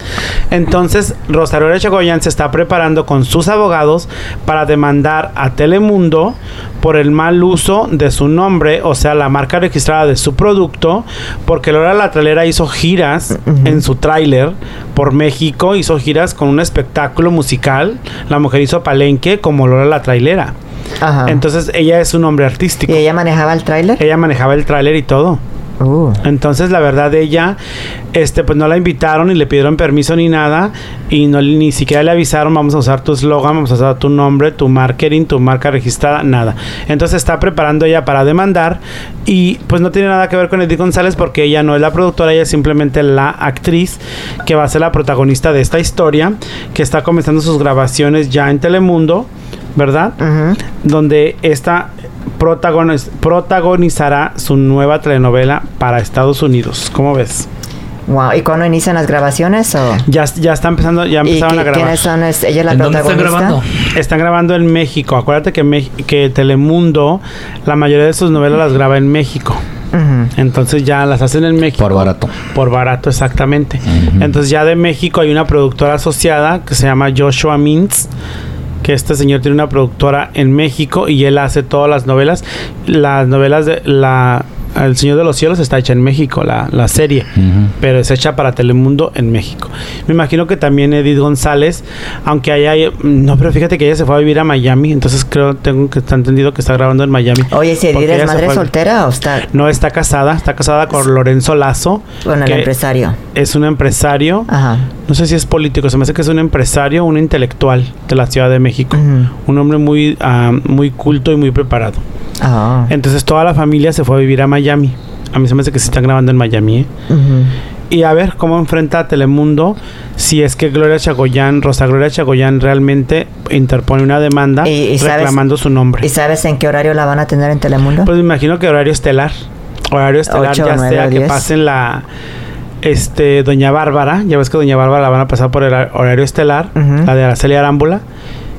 Speaker 2: Entonces, Rosario Chagoyán se está preparando con sus abogados para demandar a Telemundo por el mal uso de su nombre, o sea, la marca registrada de su producto, porque Lola la trailera hizo giras
Speaker 1: Ujú.
Speaker 2: en su tráiler por México, hizo giras con un espectáculo musical, la mujer hizo palenque como Lola la trailera.
Speaker 1: Ajá.
Speaker 2: Entonces, ella es un nombre artístico.
Speaker 1: Ah. ¿Y ella manejaba el trailer?
Speaker 2: Ella manejaba el tráiler y todo.
Speaker 1: Uh,
Speaker 2: Entonces, la verdad, ella, este, pues no la invitaron y le pidieron permiso ni nada. Y no ni siquiera le avisaron, vamos a usar tu eslogan, vamos a usar tu nombre, tu marketing, tu marca registrada, nada. Entonces está preparando ella para demandar. Y pues no tiene nada que ver con Edith González porque ella no es la productora, ella es simplemente la actriz que va a ser la protagonista de esta historia, que está comenzando sus grabaciones ya en Telemundo, ¿verdad?
Speaker 1: ujú.
Speaker 2: donde esta protagoniz- protagonizará su nueva telenovela para Estados Unidos. ¿Cómo ves?
Speaker 1: Wow. ¿Y cuándo inician las grabaciones? O?
Speaker 2: Ya, ya está empezando, ya
Speaker 1: ¿Y
Speaker 2: empezaron
Speaker 1: qué-
Speaker 2: a grabar.
Speaker 1: quiénes son? ¿Es ella es la
Speaker 3: ¿En dónde están
Speaker 1: protagonista?
Speaker 3: grabando?
Speaker 2: Están grabando en México. Acuérdate que, Mex- que Telemundo, la mayoría de sus novelas las graba en México.
Speaker 1: Ujú.
Speaker 2: Entonces ya las hacen en México.
Speaker 3: Por barato.
Speaker 2: Por barato, exactamente.
Speaker 3: Ujú.
Speaker 2: Entonces ya de México hay una productora asociada que se llama Joshua Mintz, que este señor tiene una productora en México y él hace todas las novelas. Las novelas de la... El Señor de los Cielos está hecha en México, la, la serie,
Speaker 3: Ujú.
Speaker 2: pero es hecha para Telemundo en México. Me imagino que también Edith González, aunque haya... No, pero fíjate que ella se fue a vivir a Miami, entonces creo, tengo que está entendido que está grabando en Miami.
Speaker 1: Oye, si
Speaker 2: Porque
Speaker 1: Edith
Speaker 2: ella
Speaker 1: es
Speaker 2: se
Speaker 1: madre
Speaker 2: fue a-
Speaker 1: soltera o está
Speaker 2: No, está casada, está casada con Lorenzo Lazo.
Speaker 1: con el
Speaker 2: que-
Speaker 1: empresario?
Speaker 2: es un empresario,
Speaker 1: Ajá.
Speaker 2: no sé si es político, se me hace que es un empresario, un intelectual de la Ciudad de México.
Speaker 1: Ujú.
Speaker 2: Un hombre muy, ah, muy culto y muy preparado.
Speaker 1: Ah.
Speaker 2: Entonces toda la familia se fue a vivir a Miami. A mí se me hace que se están grabando en Miami. ¿eh?
Speaker 1: Ujú.
Speaker 2: Y a ver cómo enfrenta a Telemundo si es que Gloria Chagoyán, Rosa Gloria Chagoyán realmente interpone una demanda
Speaker 1: Eh, ¿Y- y sabes-
Speaker 2: reclamando su nombre.
Speaker 1: ¿Y sabes en qué horario la van a tener en Telemundo?
Speaker 2: Pues me imagino que horario estelar. Horario estelar,
Speaker 1: Ocho,
Speaker 2: ya
Speaker 1: nueve,
Speaker 2: sea que
Speaker 1: diez.
Speaker 2: pasen la. Este, Doña Bárbara, ya ves que Doña Bárbara la van a pasar por el hora- horario estelar,
Speaker 1: Ujú.
Speaker 2: la de Araceli Arámbula.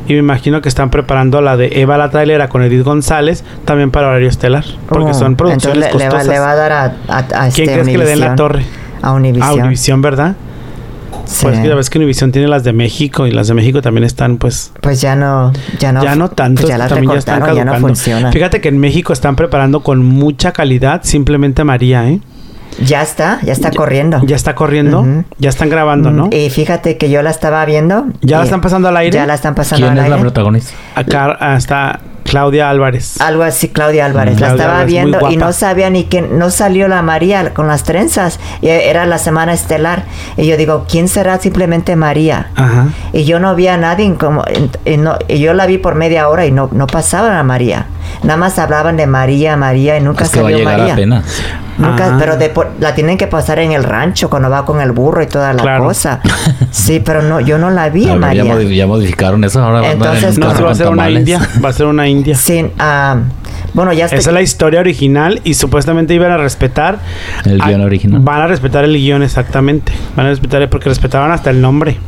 Speaker 2: Y me imagino que están preparando la de Eva la trailera con Edith González también para horario estelar, porque
Speaker 1: Oh,
Speaker 2: son producciones
Speaker 1: entonces le- le, va,
Speaker 2: costosas.
Speaker 1: le va a dar a, a, a
Speaker 2: ¿Quién
Speaker 1: este
Speaker 2: crees que le den la
Speaker 1: Univisión,
Speaker 2: torre?
Speaker 1: A
Speaker 2: A
Speaker 1: Univision.
Speaker 2: Univisión, ¿verdad?
Speaker 1: Sí.
Speaker 2: Pues que ya ves que Univision tiene las de México y las de México también están, pues,
Speaker 1: Pues ya no, ya no,
Speaker 2: ya no tanto,
Speaker 1: pues ya las
Speaker 2: también ya están
Speaker 1: recortaron, ya no
Speaker 2: caducando.
Speaker 1: funciona.
Speaker 2: Fíjate que en México están preparando con mucha calidad simplemente María, ¿eh?
Speaker 1: Ya está, ya está corriendo.
Speaker 2: Ya está corriendo,
Speaker 1: Ah. Ujú.
Speaker 2: ya están grabando, ¿no?
Speaker 1: Y fíjate que yo la estaba viendo.
Speaker 2: ¿Ya la
Speaker 1: y-
Speaker 2: están pasando al aire?
Speaker 1: eh, Ya la están pasando
Speaker 3: ¿Quién
Speaker 1: al
Speaker 3: es la
Speaker 1: aire.
Speaker 3: protagonista?
Speaker 2: Acá está Claudia Álvarez.
Speaker 1: Algo así, Claudia Álvarez. la
Speaker 2: Claudia
Speaker 1: estaba
Speaker 2: Álvarez, muy
Speaker 1: viendo y
Speaker 2: guapa.
Speaker 1: no sabía ni que no salió la María con las trenzas. Y era la semana estelar. Y yo digo, ¿quién será simplemente María?
Speaker 2: Ajá.
Speaker 1: Y yo no vi a nadie como y no- y yo la vi por media hora y no, no pasaban a María. Nada más hablaban de María, María y nunca
Speaker 3: Es que va a
Speaker 1: salió
Speaker 3: llegar
Speaker 1: María.
Speaker 3: apenas.
Speaker 1: Nunca,
Speaker 2: Ah.
Speaker 1: pero de por- la tienen que pasar en el rancho cuando va con el burro y toda la
Speaker 2: Claro.
Speaker 1: cosa. Sí, pero no, yo no la vi
Speaker 3: A
Speaker 1: a
Speaker 3: ver,
Speaker 1: María.
Speaker 3: ya, modi- ya modificaron eso. Ahora van a andar en
Speaker 1: Entonces,
Speaker 2: No,
Speaker 1: Claro,
Speaker 2: se
Speaker 3: casa
Speaker 2: va a
Speaker 3: con
Speaker 2: ser una
Speaker 3: tamales.
Speaker 2: india, va a ser una india.
Speaker 1: Sí, ah, bueno, ya
Speaker 2: Esa
Speaker 1: está.
Speaker 2: es la historia original y supuestamente iban a respetar
Speaker 3: El
Speaker 2: a-
Speaker 3: guión
Speaker 1: Ah,
Speaker 3: original.
Speaker 2: Ah, Van a respetar el guión exactamente. Van a respetar porque respetaban hasta el nombre.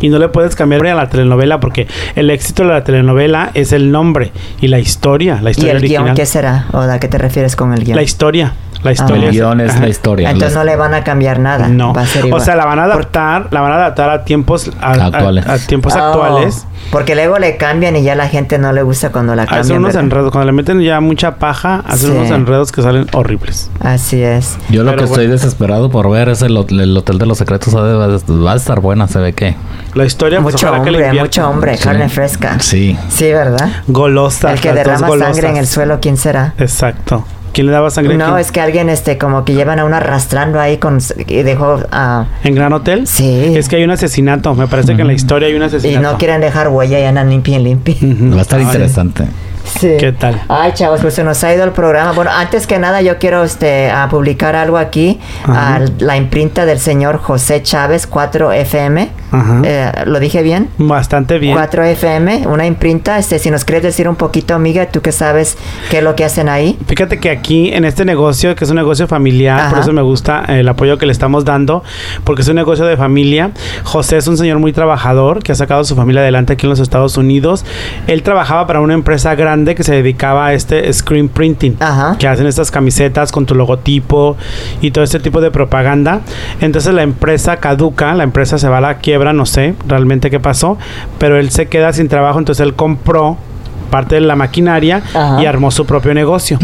Speaker 2: Y no le puedes cambiar a la telenovela porque el éxito de la telenovela es el nombre y la historia, la
Speaker 1: ¿Y
Speaker 2: historia
Speaker 1: el guión
Speaker 2: original.
Speaker 1: qué será? ¿O a qué te refieres con el guión?
Speaker 2: La historia, la historia.
Speaker 3: El guión es
Speaker 2: Ajá.
Speaker 3: la historia.
Speaker 1: Entonces no
Speaker 3: Los-
Speaker 1: le van a cambiar nada.
Speaker 2: No,
Speaker 1: Va a ser
Speaker 2: o
Speaker 1: igual.
Speaker 2: sea, la van a adaptar, la van a adaptar a tiempos a- a-
Speaker 3: Actuales.
Speaker 2: a tiempos
Speaker 1: Oh,
Speaker 2: pues, actuales.
Speaker 1: Porque luego le cambian y ya la gente no le gusta cuando la cambian.
Speaker 2: Hacen unos
Speaker 1: ¿verdad?
Speaker 2: enredos, cuando le meten ya mucha paja, hacen
Speaker 1: Sí.
Speaker 2: unos enredos que salen horribles.
Speaker 1: Así es.
Speaker 3: Yo lo
Speaker 2: Pero
Speaker 3: que estoy
Speaker 2: bueno.
Speaker 3: desesperado por ver es el, hot- el Hotel de los Secretos. ha de- Va a- va a estar buena, se ve que.
Speaker 2: La historia pues,
Speaker 1: mucho
Speaker 2: ojalá que le
Speaker 1: hombre,
Speaker 2: inviertan.
Speaker 1: mucho hombre,
Speaker 3: Sí.
Speaker 1: carne fresca.
Speaker 3: Sí.
Speaker 1: Sí, ¿verdad?
Speaker 2: Golosas.
Speaker 1: El que
Speaker 2: las dos
Speaker 1: derrama
Speaker 2: golosas.
Speaker 1: sangre en el suelo, ¿quién será?
Speaker 2: Exacto. ¿Quién le daba sangre? a
Speaker 1: No,
Speaker 2: quién?
Speaker 1: es que alguien, este, como que llevan a uno arrastrando ahí con, y dejó, ah,
Speaker 2: ¿En Gran Hotel?
Speaker 1: Sí.
Speaker 2: Es que hay un asesinato. Me parece que en la historia hay un
Speaker 1: y
Speaker 2: asesinato.
Speaker 1: no quieren dejar huella y andan limpien, limpien.
Speaker 2: Ujú.
Speaker 3: Va a estar
Speaker 2: Ay.
Speaker 3: interesante.
Speaker 1: Sí.
Speaker 2: ¿Qué tal?
Speaker 1: Ay, chavos, pues se nos ha ido el programa. Bueno, antes que nada yo quiero este, a publicar algo aquí,
Speaker 2: Ajá.
Speaker 1: a la imprenta del señor José Chávez 4FM.
Speaker 2: Ajá.
Speaker 1: Eh, ¿Lo dije bien?
Speaker 2: Bastante bien.
Speaker 1: 4FM, una imprenta. Este, si nos quieres decir un poquito, amiga, tú que sabes qué es lo que hacen ahí.
Speaker 2: Fíjate que aquí en este negocio, que es un negocio familiar, por
Speaker 1: Ajá.
Speaker 2: eso me gusta eh, el apoyo que le estamos dando, porque es un negocio de familia. José es un señor muy trabajador que ha sacado a su familia adelante aquí en los Estados Unidos. Él trabajaba para una empresa grande que se dedicaba a este screen printing,
Speaker 1: Ajá.
Speaker 2: que hacen estas camisetas con tu logotipo y todo este tipo de propaganda. Entonces la empresa caduca, la empresa se va a la quiebra, no sé realmente qué pasó, pero él se queda sin trabajo, entonces él compró parte de la maquinaria
Speaker 1: Ajá.
Speaker 2: y armó su propio negocio.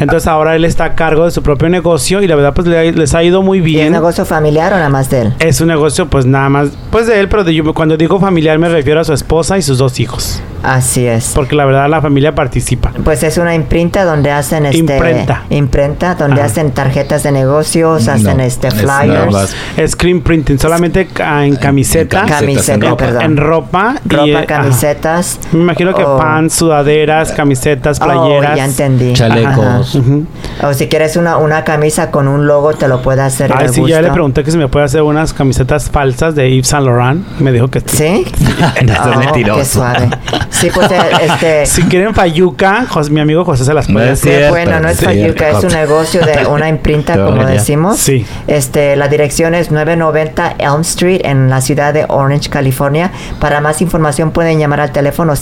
Speaker 2: Entonces ahora él está a cargo de su propio negocio y la verdad pues le ha- les ha ido muy
Speaker 1: ¿Y ¿Es
Speaker 2: bien.
Speaker 1: negocio familiar o nada más de él?
Speaker 2: Es un negocio pues nada más, pues de él, pero de- yo- cuando digo familiar me refiero a su esposa y sus dos hijos,
Speaker 1: Así es.
Speaker 2: porque la verdad la familia participa.
Speaker 1: Pues es una imprenta donde hacen este
Speaker 2: Imprenta.
Speaker 1: imprenta, donde
Speaker 2: Ajá.
Speaker 1: hacen tarjetas de negocios,
Speaker 3: No,
Speaker 1: hacen este
Speaker 3: es nada
Speaker 1: flyers,
Speaker 3: más.
Speaker 2: Screen printing, solamente ca- en camiseta,
Speaker 3: camiseta,
Speaker 1: camiseta,
Speaker 3: en
Speaker 2: ropa-
Speaker 1: perdón.
Speaker 2: en ropa, y, eh,
Speaker 1: ropa,
Speaker 2: ajá.
Speaker 1: camisetas.
Speaker 2: Me imagino que
Speaker 1: o-
Speaker 2: pants, sudaderas, camisetas,
Speaker 1: oh,
Speaker 2: playeras.
Speaker 1: ya entendí.
Speaker 3: Chalecos.
Speaker 2: Ujú.
Speaker 1: Ajá. O si quieres una, una camisa con un logo, te lo puede hacer.
Speaker 2: Ay,
Speaker 1: el
Speaker 2: sí, ya
Speaker 1: gusto.
Speaker 2: le pregunté que si me puede hacer unas camisetas falsas de Yves Saint Laurent. Me dijo que sí.
Speaker 1: ¿Sí?
Speaker 3: Eso es
Speaker 1: Oh,
Speaker 3: mentiroso.
Speaker 1: qué suave. Sí, pues eh, este.
Speaker 2: Si quieren fayuca, Jos- mi amigo José se las
Speaker 3: No
Speaker 2: puede
Speaker 3: es
Speaker 2: hacer.
Speaker 1: Qué
Speaker 3: Cierto,
Speaker 1: bueno, no es
Speaker 3: cierto.
Speaker 1: Fayuca, es un negocio de una imprenta,
Speaker 3: Qué
Speaker 1: como
Speaker 3: buena.
Speaker 1: decimos.
Speaker 2: Sí.
Speaker 1: Este, la dirección es 990 Elm Street en la ciudad de Orange, California. Para más información pueden llamar al teléfono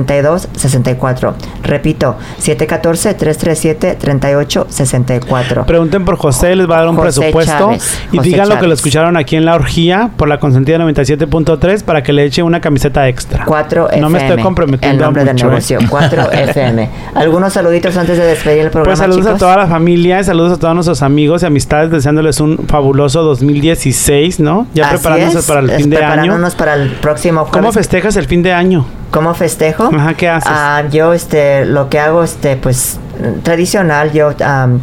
Speaker 1: 714-337-3264. Repito, 714-337-3864.
Speaker 2: Pregunten por José, les va a dar un
Speaker 1: José
Speaker 2: presupuesto.
Speaker 1: Chávez,
Speaker 2: y
Speaker 1: José
Speaker 2: digan lo que lo
Speaker 1: Chávez.
Speaker 2: escucharon aquí en la orgía por la consentida 97.3 para que le eche una camiseta extra.
Speaker 1: 4 FM.
Speaker 2: No me estoy
Speaker 1: El
Speaker 2: comprometiendo
Speaker 1: nombre del
Speaker 2: mucho, ¿eh?
Speaker 1: negocio. 4 FM. Algunos saluditos antes de despedir el programa.
Speaker 2: Pues saludos
Speaker 1: chicos?
Speaker 2: a toda la familia, y saludos a todos nuestros amigos y amistades, deseándoles un fabuloso 2016, ¿no? Ya
Speaker 1: Así
Speaker 2: preparándonos
Speaker 1: es,
Speaker 2: para el
Speaker 1: es
Speaker 2: fin de año.
Speaker 1: preparándonos para el próximo jueves.
Speaker 2: ¿Cómo festejas el fin de año?
Speaker 1: ¿Cómo festejo?
Speaker 2: Ajá, ¿qué haces?
Speaker 1: Ah, yo este, lo que hago, este, pues, tradicional, yo am,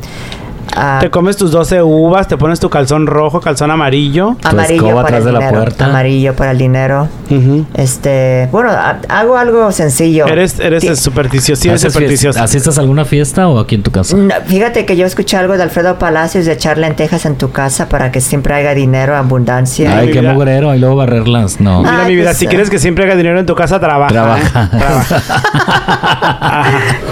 Speaker 1: ah,
Speaker 2: Te comes tus 12 uvas, te pones tu calzón rojo, calzón amarillo.
Speaker 1: amarillo
Speaker 3: escoba
Speaker 1: para
Speaker 3: atrás
Speaker 1: el
Speaker 3: de la
Speaker 1: dinero.
Speaker 3: puerta.
Speaker 1: Amarillo para el dinero.
Speaker 2: Ujú.
Speaker 1: Este, bueno, ha- hago algo sencillo.
Speaker 2: Eres, eres
Speaker 1: Ti-
Speaker 2: supersticioso, sí, eres
Speaker 3: ¿Haces fies-
Speaker 2: supersticioso.
Speaker 3: ¿Asistes a alguna fiesta o aquí en tu casa?
Speaker 1: No, fíjate que yo escuché algo de Alfredo Palacios de echar lentejas en tu casa para que siempre haya dinero, abundancia.
Speaker 3: Ay, qué
Speaker 2: mira.
Speaker 3: mugrero. Y luego barrerlas. No.
Speaker 1: Ah.
Speaker 2: Mira, mi
Speaker 1: pues,
Speaker 2: vida, si
Speaker 1: eh.
Speaker 2: quieres que siempre haga dinero en tu casa, trabaja.
Speaker 3: Trabaja.
Speaker 2: ¿eh? Trabaja.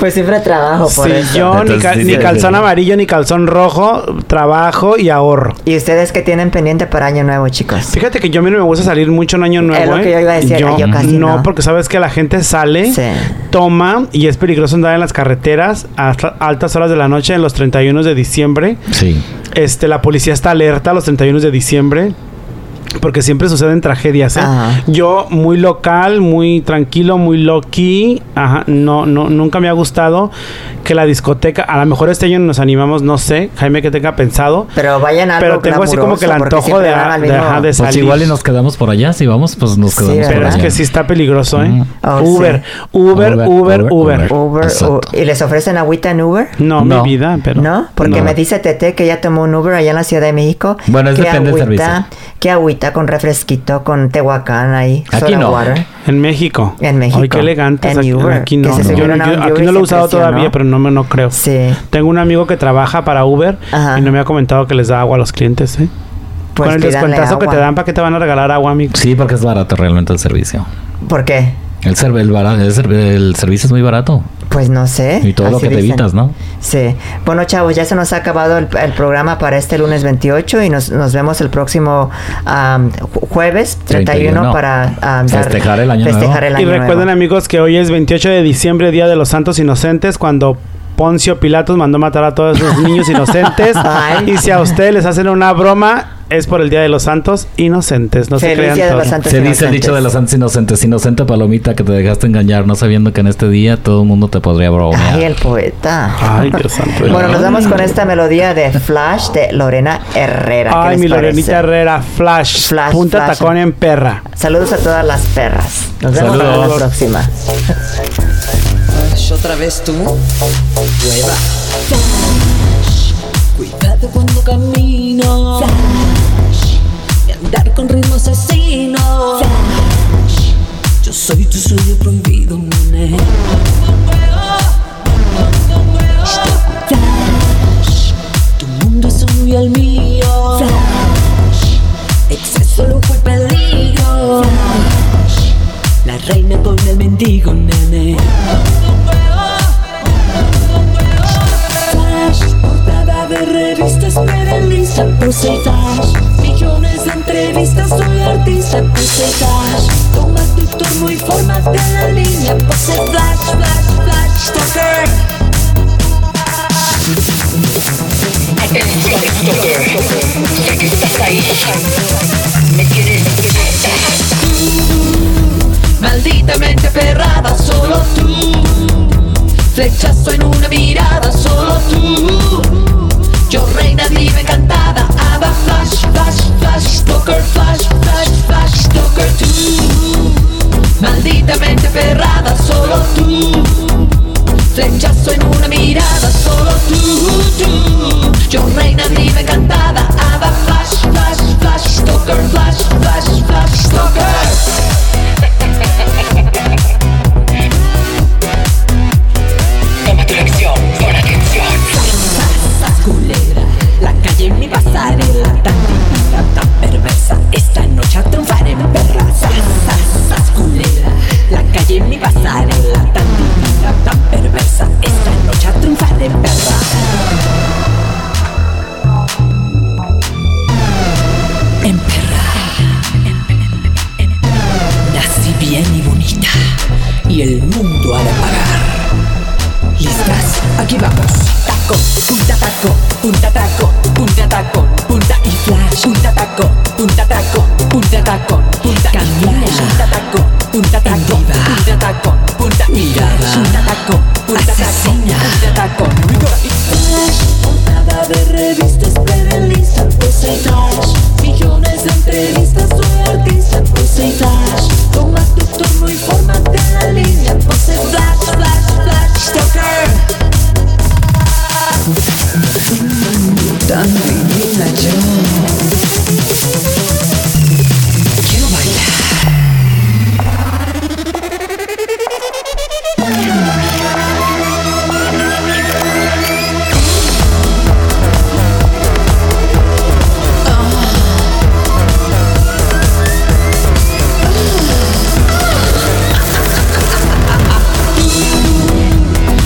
Speaker 1: Pues siempre trabajo por
Speaker 2: Sí,
Speaker 1: eso.
Speaker 2: yo ni,
Speaker 3: Entonces,
Speaker 2: ca-
Speaker 3: sí,
Speaker 2: ni
Speaker 3: sí,
Speaker 2: calzón
Speaker 3: sí.
Speaker 2: amarillo ni calzón rojo, trabajo y ahorro.
Speaker 1: ¿Y ustedes qué tienen pendiente para Año Nuevo, chicos?
Speaker 2: Fíjate que yo a mí no me gusta salir mucho en Año Nuevo.
Speaker 1: lo
Speaker 2: ¿eh?
Speaker 1: que yo iba a decir, yo casi no.
Speaker 2: porque sabes que la gente sale,
Speaker 1: Sí.
Speaker 2: toma y es peligroso andar en las carreteras a alta- altas horas de la noche en los 31 de diciembre.
Speaker 3: Sí.
Speaker 2: Este, la policía está alerta los 31 de diciembre. Porque siempre suceden tragedias, ¿eh?
Speaker 1: Ajá.
Speaker 2: Yo muy local, muy tranquilo, muy low-key. Ajá, no, no, nunca me ha gustado que la discoteca... A lo mejor este año nos animamos, no sé, Jaime, que tenga pensado.
Speaker 1: Pero vayan a
Speaker 2: Pero
Speaker 1: algo
Speaker 2: tengo así como
Speaker 1: glamuroso,
Speaker 2: que el
Speaker 1: porque
Speaker 2: antojo
Speaker 1: siempre
Speaker 2: de,
Speaker 1: van al
Speaker 2: de,
Speaker 1: mismo-
Speaker 2: ajá, de
Speaker 3: Pues
Speaker 2: salir.
Speaker 3: igual y nos quedamos por allá. Si vamos, pues nos
Speaker 1: Sí,
Speaker 3: quedamos por
Speaker 2: Pero
Speaker 3: allá.
Speaker 2: es que sí está peligroso, ¿eh?
Speaker 1: Oh, sí.
Speaker 2: Uber, Uber, Uber, Uber,
Speaker 1: Uber,
Speaker 3: Exacto.
Speaker 1: u- ¿Y les ofrecen agüita en Uber?
Speaker 2: No,
Speaker 3: No.
Speaker 2: mi vida, pero...
Speaker 1: ¿No? Porque
Speaker 3: No.
Speaker 1: me dice Tete que ya tomó un Uber allá en la Ciudad de México.
Speaker 3: Bueno, es
Speaker 1: ¿Qué
Speaker 3: depende del
Speaker 1: agüita, ¿Qué agüita con refresquito, con Tehuacán ahí?
Speaker 3: Aquí
Speaker 1: soda
Speaker 3: no.
Speaker 1: water?
Speaker 2: En México.
Speaker 1: En México.
Speaker 2: Ay, qué elegantes.
Speaker 1: En
Speaker 2: aquí,
Speaker 1: Uber.
Speaker 2: aquí
Speaker 1: Que
Speaker 2: no.
Speaker 1: se
Speaker 2: no. Yo,
Speaker 1: subieron
Speaker 2: no-
Speaker 1: a un
Speaker 2: yo-
Speaker 1: Uber
Speaker 2: aquí no
Speaker 1: y
Speaker 2: lo he
Speaker 1: se
Speaker 2: usado
Speaker 1: impresionó.
Speaker 2: todavía, pero no me no creo.
Speaker 1: Sí.
Speaker 2: Tengo un amigo que trabaja para Uber
Speaker 1: Ajá.
Speaker 2: y no me ha comentado que les da agua a los clientes, ¿eh?
Speaker 1: Pues
Speaker 2: Con el
Speaker 1: pídanle
Speaker 2: descuentazo que
Speaker 1: agua.
Speaker 2: te dan, ¿para qué te van a regalar agua, amigo?
Speaker 3: Sí, porque es barato realmente el servicio.
Speaker 1: ¿Por qué?
Speaker 3: El, serv- el, bara- el serv- el servicio es muy barato.
Speaker 1: Pues no sé.
Speaker 3: Y todo lo
Speaker 1: así
Speaker 3: que te
Speaker 1: dicen.
Speaker 3: evitas, ¿no?
Speaker 1: Sí. Bueno, chavos, ya se nos ha acabado el, el programa para este lunes 28 y nos, nos vemos el próximo am, ju- jueves 31,
Speaker 3: 31,
Speaker 1: para am, dar-
Speaker 3: Festejar el año
Speaker 1: festejar
Speaker 3: nuevo.
Speaker 1: el
Speaker 2: Y
Speaker 1: año
Speaker 2: recuerden,
Speaker 1: nuevo.
Speaker 2: amigos, que hoy es 28 de diciembre, Día de los Santos Inocentes, cuando Poncio Pilatos mandó matar a todos esos niños inocentes.
Speaker 1: Ay.
Speaker 2: Y si a ustedes les hacen una broma, es por el Día de los Santos Inocentes. No se
Speaker 1: Feliz
Speaker 2: crean
Speaker 1: Día de
Speaker 2: todo.
Speaker 1: los Santos
Speaker 3: Se dice el
Speaker 1: Inocentes.
Speaker 3: dicho de los santos inocentes, inocente palomita que te dejaste engañar, no sabiendo que en este día todo el mundo te podría bromear.
Speaker 1: Ay, el poeta.
Speaker 2: Ay, Dios santo.
Speaker 1: Bueno, nos vamos con esta melodía de Flash de Lorena Herrera. ¿Qué
Speaker 2: Ay,
Speaker 1: les
Speaker 2: mi
Speaker 1: parece?
Speaker 2: Lorenita Herrera, Flash,
Speaker 1: Flash,
Speaker 2: punta
Speaker 1: flash.
Speaker 2: tacón en perra.
Speaker 1: Saludos a todas las perras. Nos vemos para la
Speaker 3: Saludos.
Speaker 1: próxima.
Speaker 5: Flash, otra vez tú. Prueba.
Speaker 6: Cuidado cuando camino. Y andar con ritmo asesino.
Speaker 5: Yo soy tu sueño prohibido, nene.
Speaker 6: Tu mundo es suyo al mío. Exceso, lujo y peligro.
Speaker 5: La reina con el mendigo, nene.
Speaker 6: Flash, portada de revistas, pedalista, puse flash. Millones de entrevistas, soy artista, puse flash. Toma tu turno y formate la línea, puse flash, flash, flash, stalker.
Speaker 5: Malditamente perrada, solo tú. Flechazo en una mirada, solo tú. Yo reina diva encantada, hada flash, flash, flash, stalker, flash, flash, flash, stalker tú. Malditamente perrada, solo tú. Flechazo en una mirada, solo tú, tú. Yo reina diva encantada, hada flash, flash, flash, stalker, flash, flash, flash, stalker.
Speaker 6: culera. La calle en mi pasarela, tan divina, tan perversa. Esta noche a triunfar en perra. Sas, sas, sas, culera. La calle en mi pasarela, tan divina, tan perversa. Esta noche a triunfar en perra. En perra. Nací bien y bonita. Y el mundo ha de pagar. Listas, aquí vamos. Taco, punta taco, punta taco, punta taco, punta y flash. Punta taco, punta taco, punta taco, punta y flash. Punta taco, punta taco, punta taco, punta y flash. Punta taco, punta taco, punta taco, punta y flash. Portada de revistas, prelista, puse flash. Millones de entrevistas, soy artista, puse flash. Toma tu turno y fórmate en la línea, puse flash, flash, flash, stalker.
Speaker 5: Tan divina yo. Quiero bailar.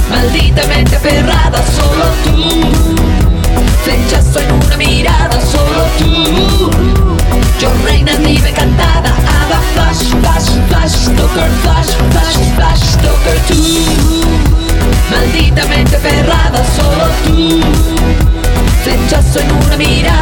Speaker 5: Malditamente perrada, solo tú. Flechazo en una mirada, solo tú. Yo reina diva encantada, hada flash, flash, flash, stalker, flash, flash, flash, stalker tú. Malditamente perrada, solo tú. Flechazo flechazo en una mirada.